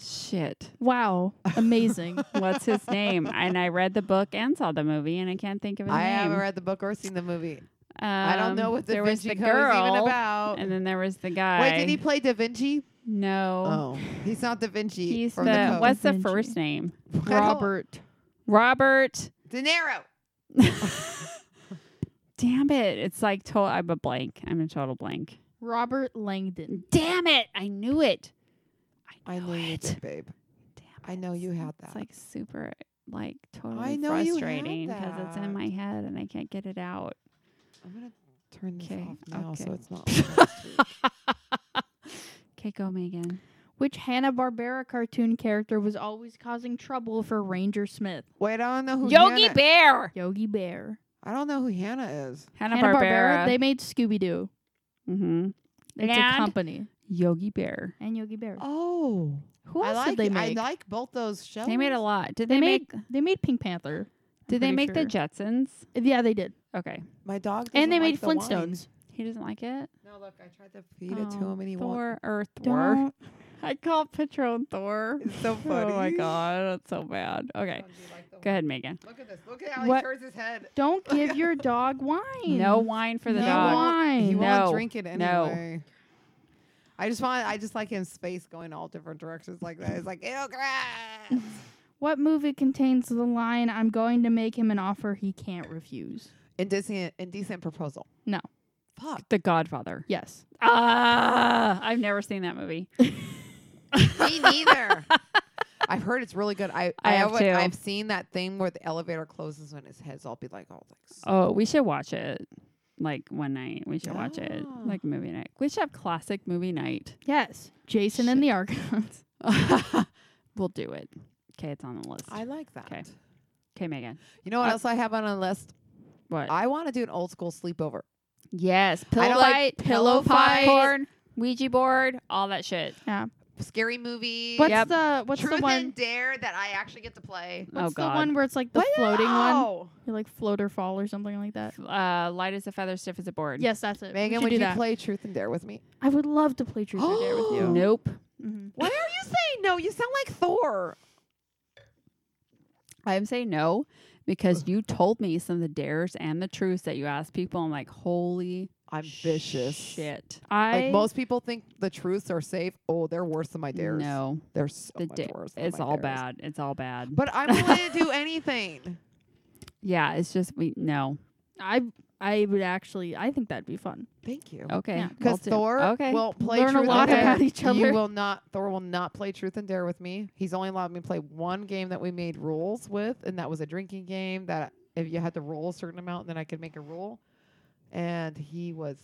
A: Shit.
C: wow, amazing.
A: What's his name? And I read the book and saw the movie, and I can't think of his
B: I
A: name.
B: haven't read the book or seen the movie.
A: Um,
B: I don't know what Da
A: there
B: Vinci
A: was the
B: Code is
A: girl,
B: even about.
A: and then there was the guy.
B: Wait, did he play Da Vinci?
A: No,
B: Oh, he's not Da Vinci.
A: he's the,
B: from the, code.
A: what's
C: Da
A: the
C: Vinci.
A: first name?
B: I don't-
C: Robert.
A: Robert.
B: De Niro.
A: Damn it! It's like total. I'm a blank. I'm a total blank.
C: Robert Langdon.
A: Damn it! I knew it. I
B: I
A: knew
B: know you
A: it.
B: did, babe.
A: Damn it.
B: I know you had
A: It's
B: that.
A: like super, like totally
B: I know you had
A: frustrating because it's
B: that.
A: in my head and I can't get it out.
B: I'm gonna turn this
A: Okay,
B: off now so
A: okay.
B: it's not. on last week.
A: Okay, go Megan.
C: Which Hanna Barbera cartoon character was always causing trouble for Ranger Smith?
B: Wait, I don't know who
A: Yogi
B: Hannah-
A: Bear.
C: Yogi Bear.
B: I don't know who Hannah is.
A: Hanna Barbera.
C: They made Scooby Doo.
A: mm-hmm.
C: It's
A: And-
C: a company.
A: Yogi Bear.
C: And Yogi Bear.
B: Oh,
C: Who
B: I
C: else
B: like.
C: did they
B: I
C: make?
B: like both those shows.
A: They made a lot. Did
C: They
A: they,
C: made-
A: make?
C: they made Pink Panther. I'm
A: Did they
C: pretty
A: make the
C: sure.
A: Jetsons?
C: Yeah, they did.
A: Okay,
B: My dog.
C: and they
B: doesn't
C: made
B: like the wine.
C: Flintstones.
A: he doesn't like it.
B: No, look, I tried to feed it to
A: Oh,
B: him, and he won't.
A: Thor or Thor. I call Patron Thor.
B: It's so funny.
A: Oh my god, that's so bad. Okay, go ahead, Megan.
B: Look at this. Look at how he
C: What?
B: turns his head.
C: Don't give your dog wine.
A: No wine for the
C: No
A: dog.
C: wine.
B: He
A: No.
B: won't drink it
A: No.
B: anyway. I just want. I just like him space going all different directions like that. It's like ew, grass.
C: What movie contains the line, I'm going to make him an offer he can't refuse?
B: indecent, indecent proposal.
C: No.
B: Fuck.
A: The Godfather.
C: Yes.
A: Ah, I've never seen that movie.
B: Me neither. I've heard it's really good. I,
A: I have
B: always-
A: too.
B: I've seen that thing where the elevator closes when his head's all be like, oh, like,
A: Oh, we should watch it. Like one night, we should watch it.
B: Ah.
A: Like movie night. We should have classic movie night.
C: Yes. Jason and the Argonauts.
A: we'll do it. Okay, it's on the list.
B: I like that.
A: Okay. Okay, Megan.
B: You know what
C: Uh,
A: I-
B: else I have on a list?
A: What?
B: I want to do an old school sleepover.
A: yes,
B: I
A: pillow
B: don't like
A: fight,
B: pillow
A: pillow
B: fight.
A: fight, popcorn, Ouija board, all that shit.
B: Scary movie.
C: What's
A: Yep.
C: the what's
B: Truth
C: the one
B: and Dare that I actually get to play.
A: oh
C: what's the
A: God.
C: one where it's like the floating one?
B: Wow.
C: You're like float or fall or something like that.
A: Uh, light as a feather, stiff as a board.
C: Yes, that's it.
B: Megan,
C: we should
B: would
C: do
B: you
C: that.
B: play Truth and Dare with me?
C: I would love to play Truth or Dare with you.
A: Nope.
C: hmm
B: Why are you saying no? You sound like Thor.
A: I'm saying no because you told me some of the dares and the truths that you asked people. I'm like, holy
B: I'm vicious.
A: shit.
C: I
B: Like most people think the truths are safe. Oh, they're worse than my dares.
A: No,
B: They're so
A: the
B: much
A: da-
B: worse. than
A: it's
B: my
A: all
B: dares.
A: bad. It's all bad.
B: But I'm willing to do anything.
A: yeah, it's just we no.
C: I I would actually I think that'd be fun.
B: Thank you.
A: Okay,
C: Yeah.
A: we'll
B: Because
A: do-
B: Thor
A: Okay,
B: will play
C: Learn a
B: Truth and
C: lot
B: Dare.
C: about each
B: You
C: other.
B: will not. Thor will not play Truth and Dare with me. He's only allowed me to play one game that we made rules with, and that was a drinking game that if you had to roll a certain amount, then I could make a rule. And he was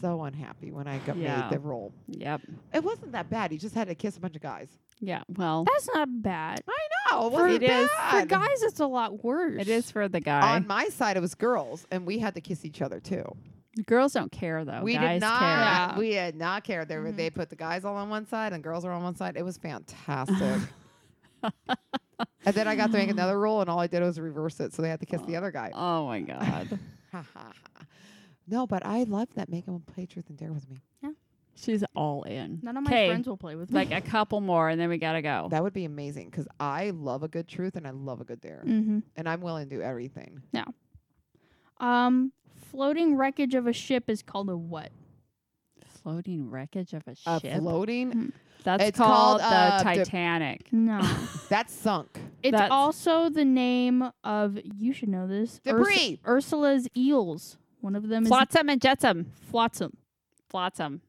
B: so unhappy when I got
A: Yeah.
B: made the role.
A: Yep.
B: It wasn't that bad. He just had to kiss a bunch of guys.
A: Yeah. Well,
C: That's not bad.
B: No,
A: For-
B: it wasn't
A: It is. For
C: For
B: bad.
C: guys, it's a lot worse.
A: it is for the guy.
B: On my side, it was girls, and we had to kiss each other too.
A: Girls don't care though.
B: we
A: Oh, guys
B: did not.
A: care.
C: Yeah.
B: We did not care. They were,
C: Mhm.
B: they put the guys all on one side and girls were on one side. It was fantastic. and then I got to make another rule, and all I did was reverse it, so they had to kiss the other guy.
A: Oh my god.
B: no, but I loved that Megan would play Truth and Dare with me.
A: She's all in.
C: None of my
A: 'Kay.
C: friends will play with me.
A: Like a couple more and then we gotta go.
B: That would be amazing because I love a good truth and I love a good dare,
C: mm-hmm.
B: and I'm willing to do everything.
C: Um, floating wreckage of a ship is called a what?
A: Floating wreckage of a
B: Uh,
A: ship.
B: floating,
A: That's
B: It's
A: called,
B: called,
A: the
B: uh, the-
A: Titanic.
C: No.
B: that's sunk.
C: it's
A: That's-
C: also the name of you should know this. Urs-
B: Debris.
C: Ursula's eels. One of them
A: Flotsam and jetsam.
C: is flotsam.
A: Flotsam.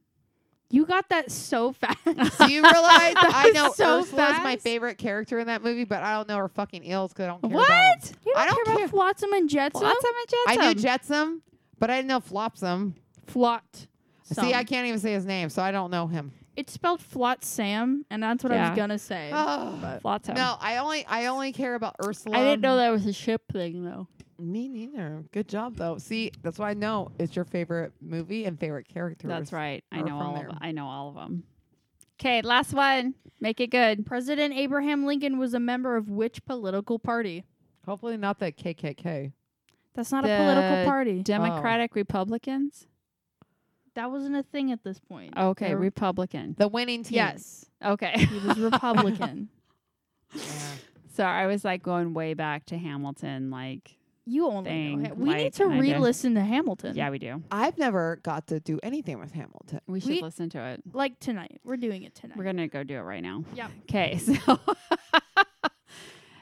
C: You got that so fast.
B: Do you realize I
C: was
B: know
C: so
B: Ursula's my
C: fast.
B: favorite character in that movie, but I don't know her fucking ills because I don't care. about 'em.
A: What?
C: You don't
B: I don't
C: care
B: care.
C: about flotsam and jetsam.
A: Flotsam and jetsam.
B: I knew Jetsam, but I didn't know Flopsam.
C: Flot.
B: See, I can't even say his name, so I don't know him.
C: It's spelled flotsam, and that's what I
A: Yeah.
C: was gonna say.
B: Oh.
A: Uh, Flotsam.
B: No, I only I only care about Ursula.
A: I didn't know that was a ship thing though.
B: Me neither. Good job though. See, that's why I know it's your favorite movie and favorite character.
A: That's right. I know
B: or from
A: all
B: there.
A: of I know all of them. Okay, last one. Make it good.
C: President Abraham Lincoln was a member of which political party?
B: Hopefully not the KKK.
C: That's not
A: The
C: a political party.
A: Democratic Republicans?
C: that wasn't a thing at this point.
A: Okay,
C: They were-
A: Republican.
B: The winning team.
C: yes,
A: Okay.
C: he was Republican.
B: Yeah.
A: So I was like going way back to Hamilton. Like,
C: you only
A: Thing,
C: know him. We
A: like,
C: need to
A: kinda.
C: re-listen to Hamilton.
A: yeah, we do.
B: I've never got to do anything with Hamilton.
A: We should
C: We-
A: listen to it.
C: like tonight. We're doing it tonight.
A: We're gonna go do it right now.
C: Yep.
A: Okay. So,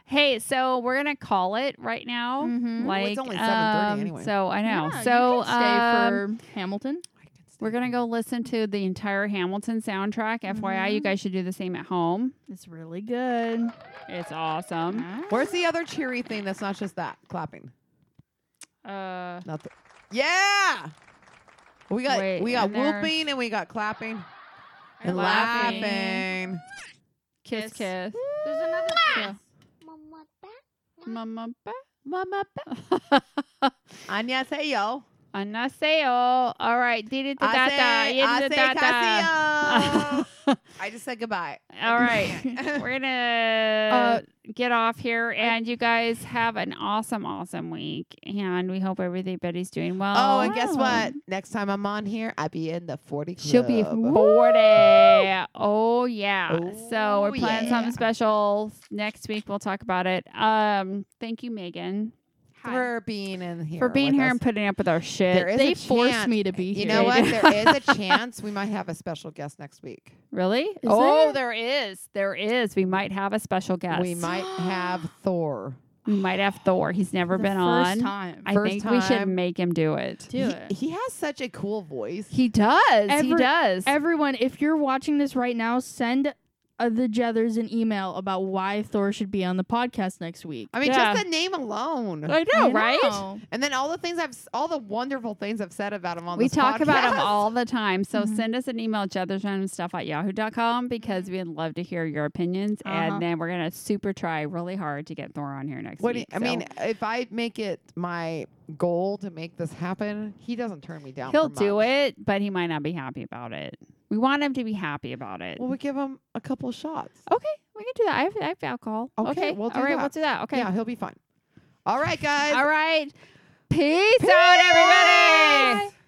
A: hey, so we're gonna call it right now.
C: Mhm.
A: Like,
B: it's only 7:30
A: um,
B: anyway.
A: So Mm-hmm. I know.
C: Yeah, you
A: so
C: can stay
A: um,
C: for Hamilton.
B: I can stay
A: we're gonna
B: here.
A: go listen to the entire Hamilton soundtrack. FYI, you
C: Mhm.
A: guys should do the same at home.
C: It's really good.
A: It's
C: Um,
A: awesome.
B: Where's the other cheery thing that's not just that clapping?
A: Uh,
B: Nothing. Yeah. We got
A: Wait,
B: we got
A: and there's-
B: whooping and we got clapping and,
A: And
B: laughing.
A: laughing. kiss, kiss,
C: There's another show.
D: Mama back.
A: mama,
B: Mama,
A: ba-
B: Anya say yo.
A: Annaseo. All right, did it, da, da,
B: I
A: yin,
B: say
A: da, da.
B: Casio. I just said goodbye.
A: All right. We're going
B: Uh,
A: to get off here. And you guys have an awesome, awesome week. And we hope everybody's doing well.
B: Oh, and guess
A: Wow.
B: what? Next time I'm on here, I'll be in the 40 club.
A: She'll be 40. Oh, yeah. so we're
B: Oh,
A: planning
B: yeah.
A: something special. Next week, we'll talk about it. Um, Thank you, Megan,
B: for being in here.
A: for being
B: with
A: here
B: us.
A: and putting up with our shit.
B: There is
C: They
B: a
C: forced
B: chance-
C: me to be
B: You
C: here.
B: know
A: They
B: what?
A: did.
B: There is a chance we might have a special guest next week.
A: really? oh, there is. There is. We might have a special guest.
B: We might have Thor.
A: We might have Thor. He's never
C: The
A: been
C: first
A: on.
C: time.
A: I
B: First
A: think we should
B: time.
A: make him do it.
C: do
B: he,
C: it.
B: he has such a cool voice.
A: He does. he
C: Every-
A: does.
C: Everyone, if you're watching this right now, send uh, the Jethers an email about why Thor should be on the podcast next week.
B: I mean,
A: Yeah.
B: just the name alone,
A: I know, right?
C: know.
B: and then all the things I've, s- all the wonderful things I've said about him on.
A: We
B: this
A: talk about him
B: podcast.
A: all the time. So
C: Mhm.
A: send us an email, stuff at yahoo.com, because we'd love to hear your opinions.
C: Uh-huh.
A: And then we're going to super try really hard to get Thor on here next
B: What do you-
A: week.
B: I
A: So
B: mean, if I make it my goal to make this happen, he doesn't turn me down.
A: he'll do it, but he might not be happy about it. We want him to be happy about it.
B: Well, we give him a couple shots.
A: okay, we can do that. I have, I have alcohol.
B: Okay, we'll do
A: All right,
B: that.
A: we'll do that. Okay.
B: Yeah, he'll be fine. All right, guys.
A: All right. Peace, out, everybody.
B: Peace.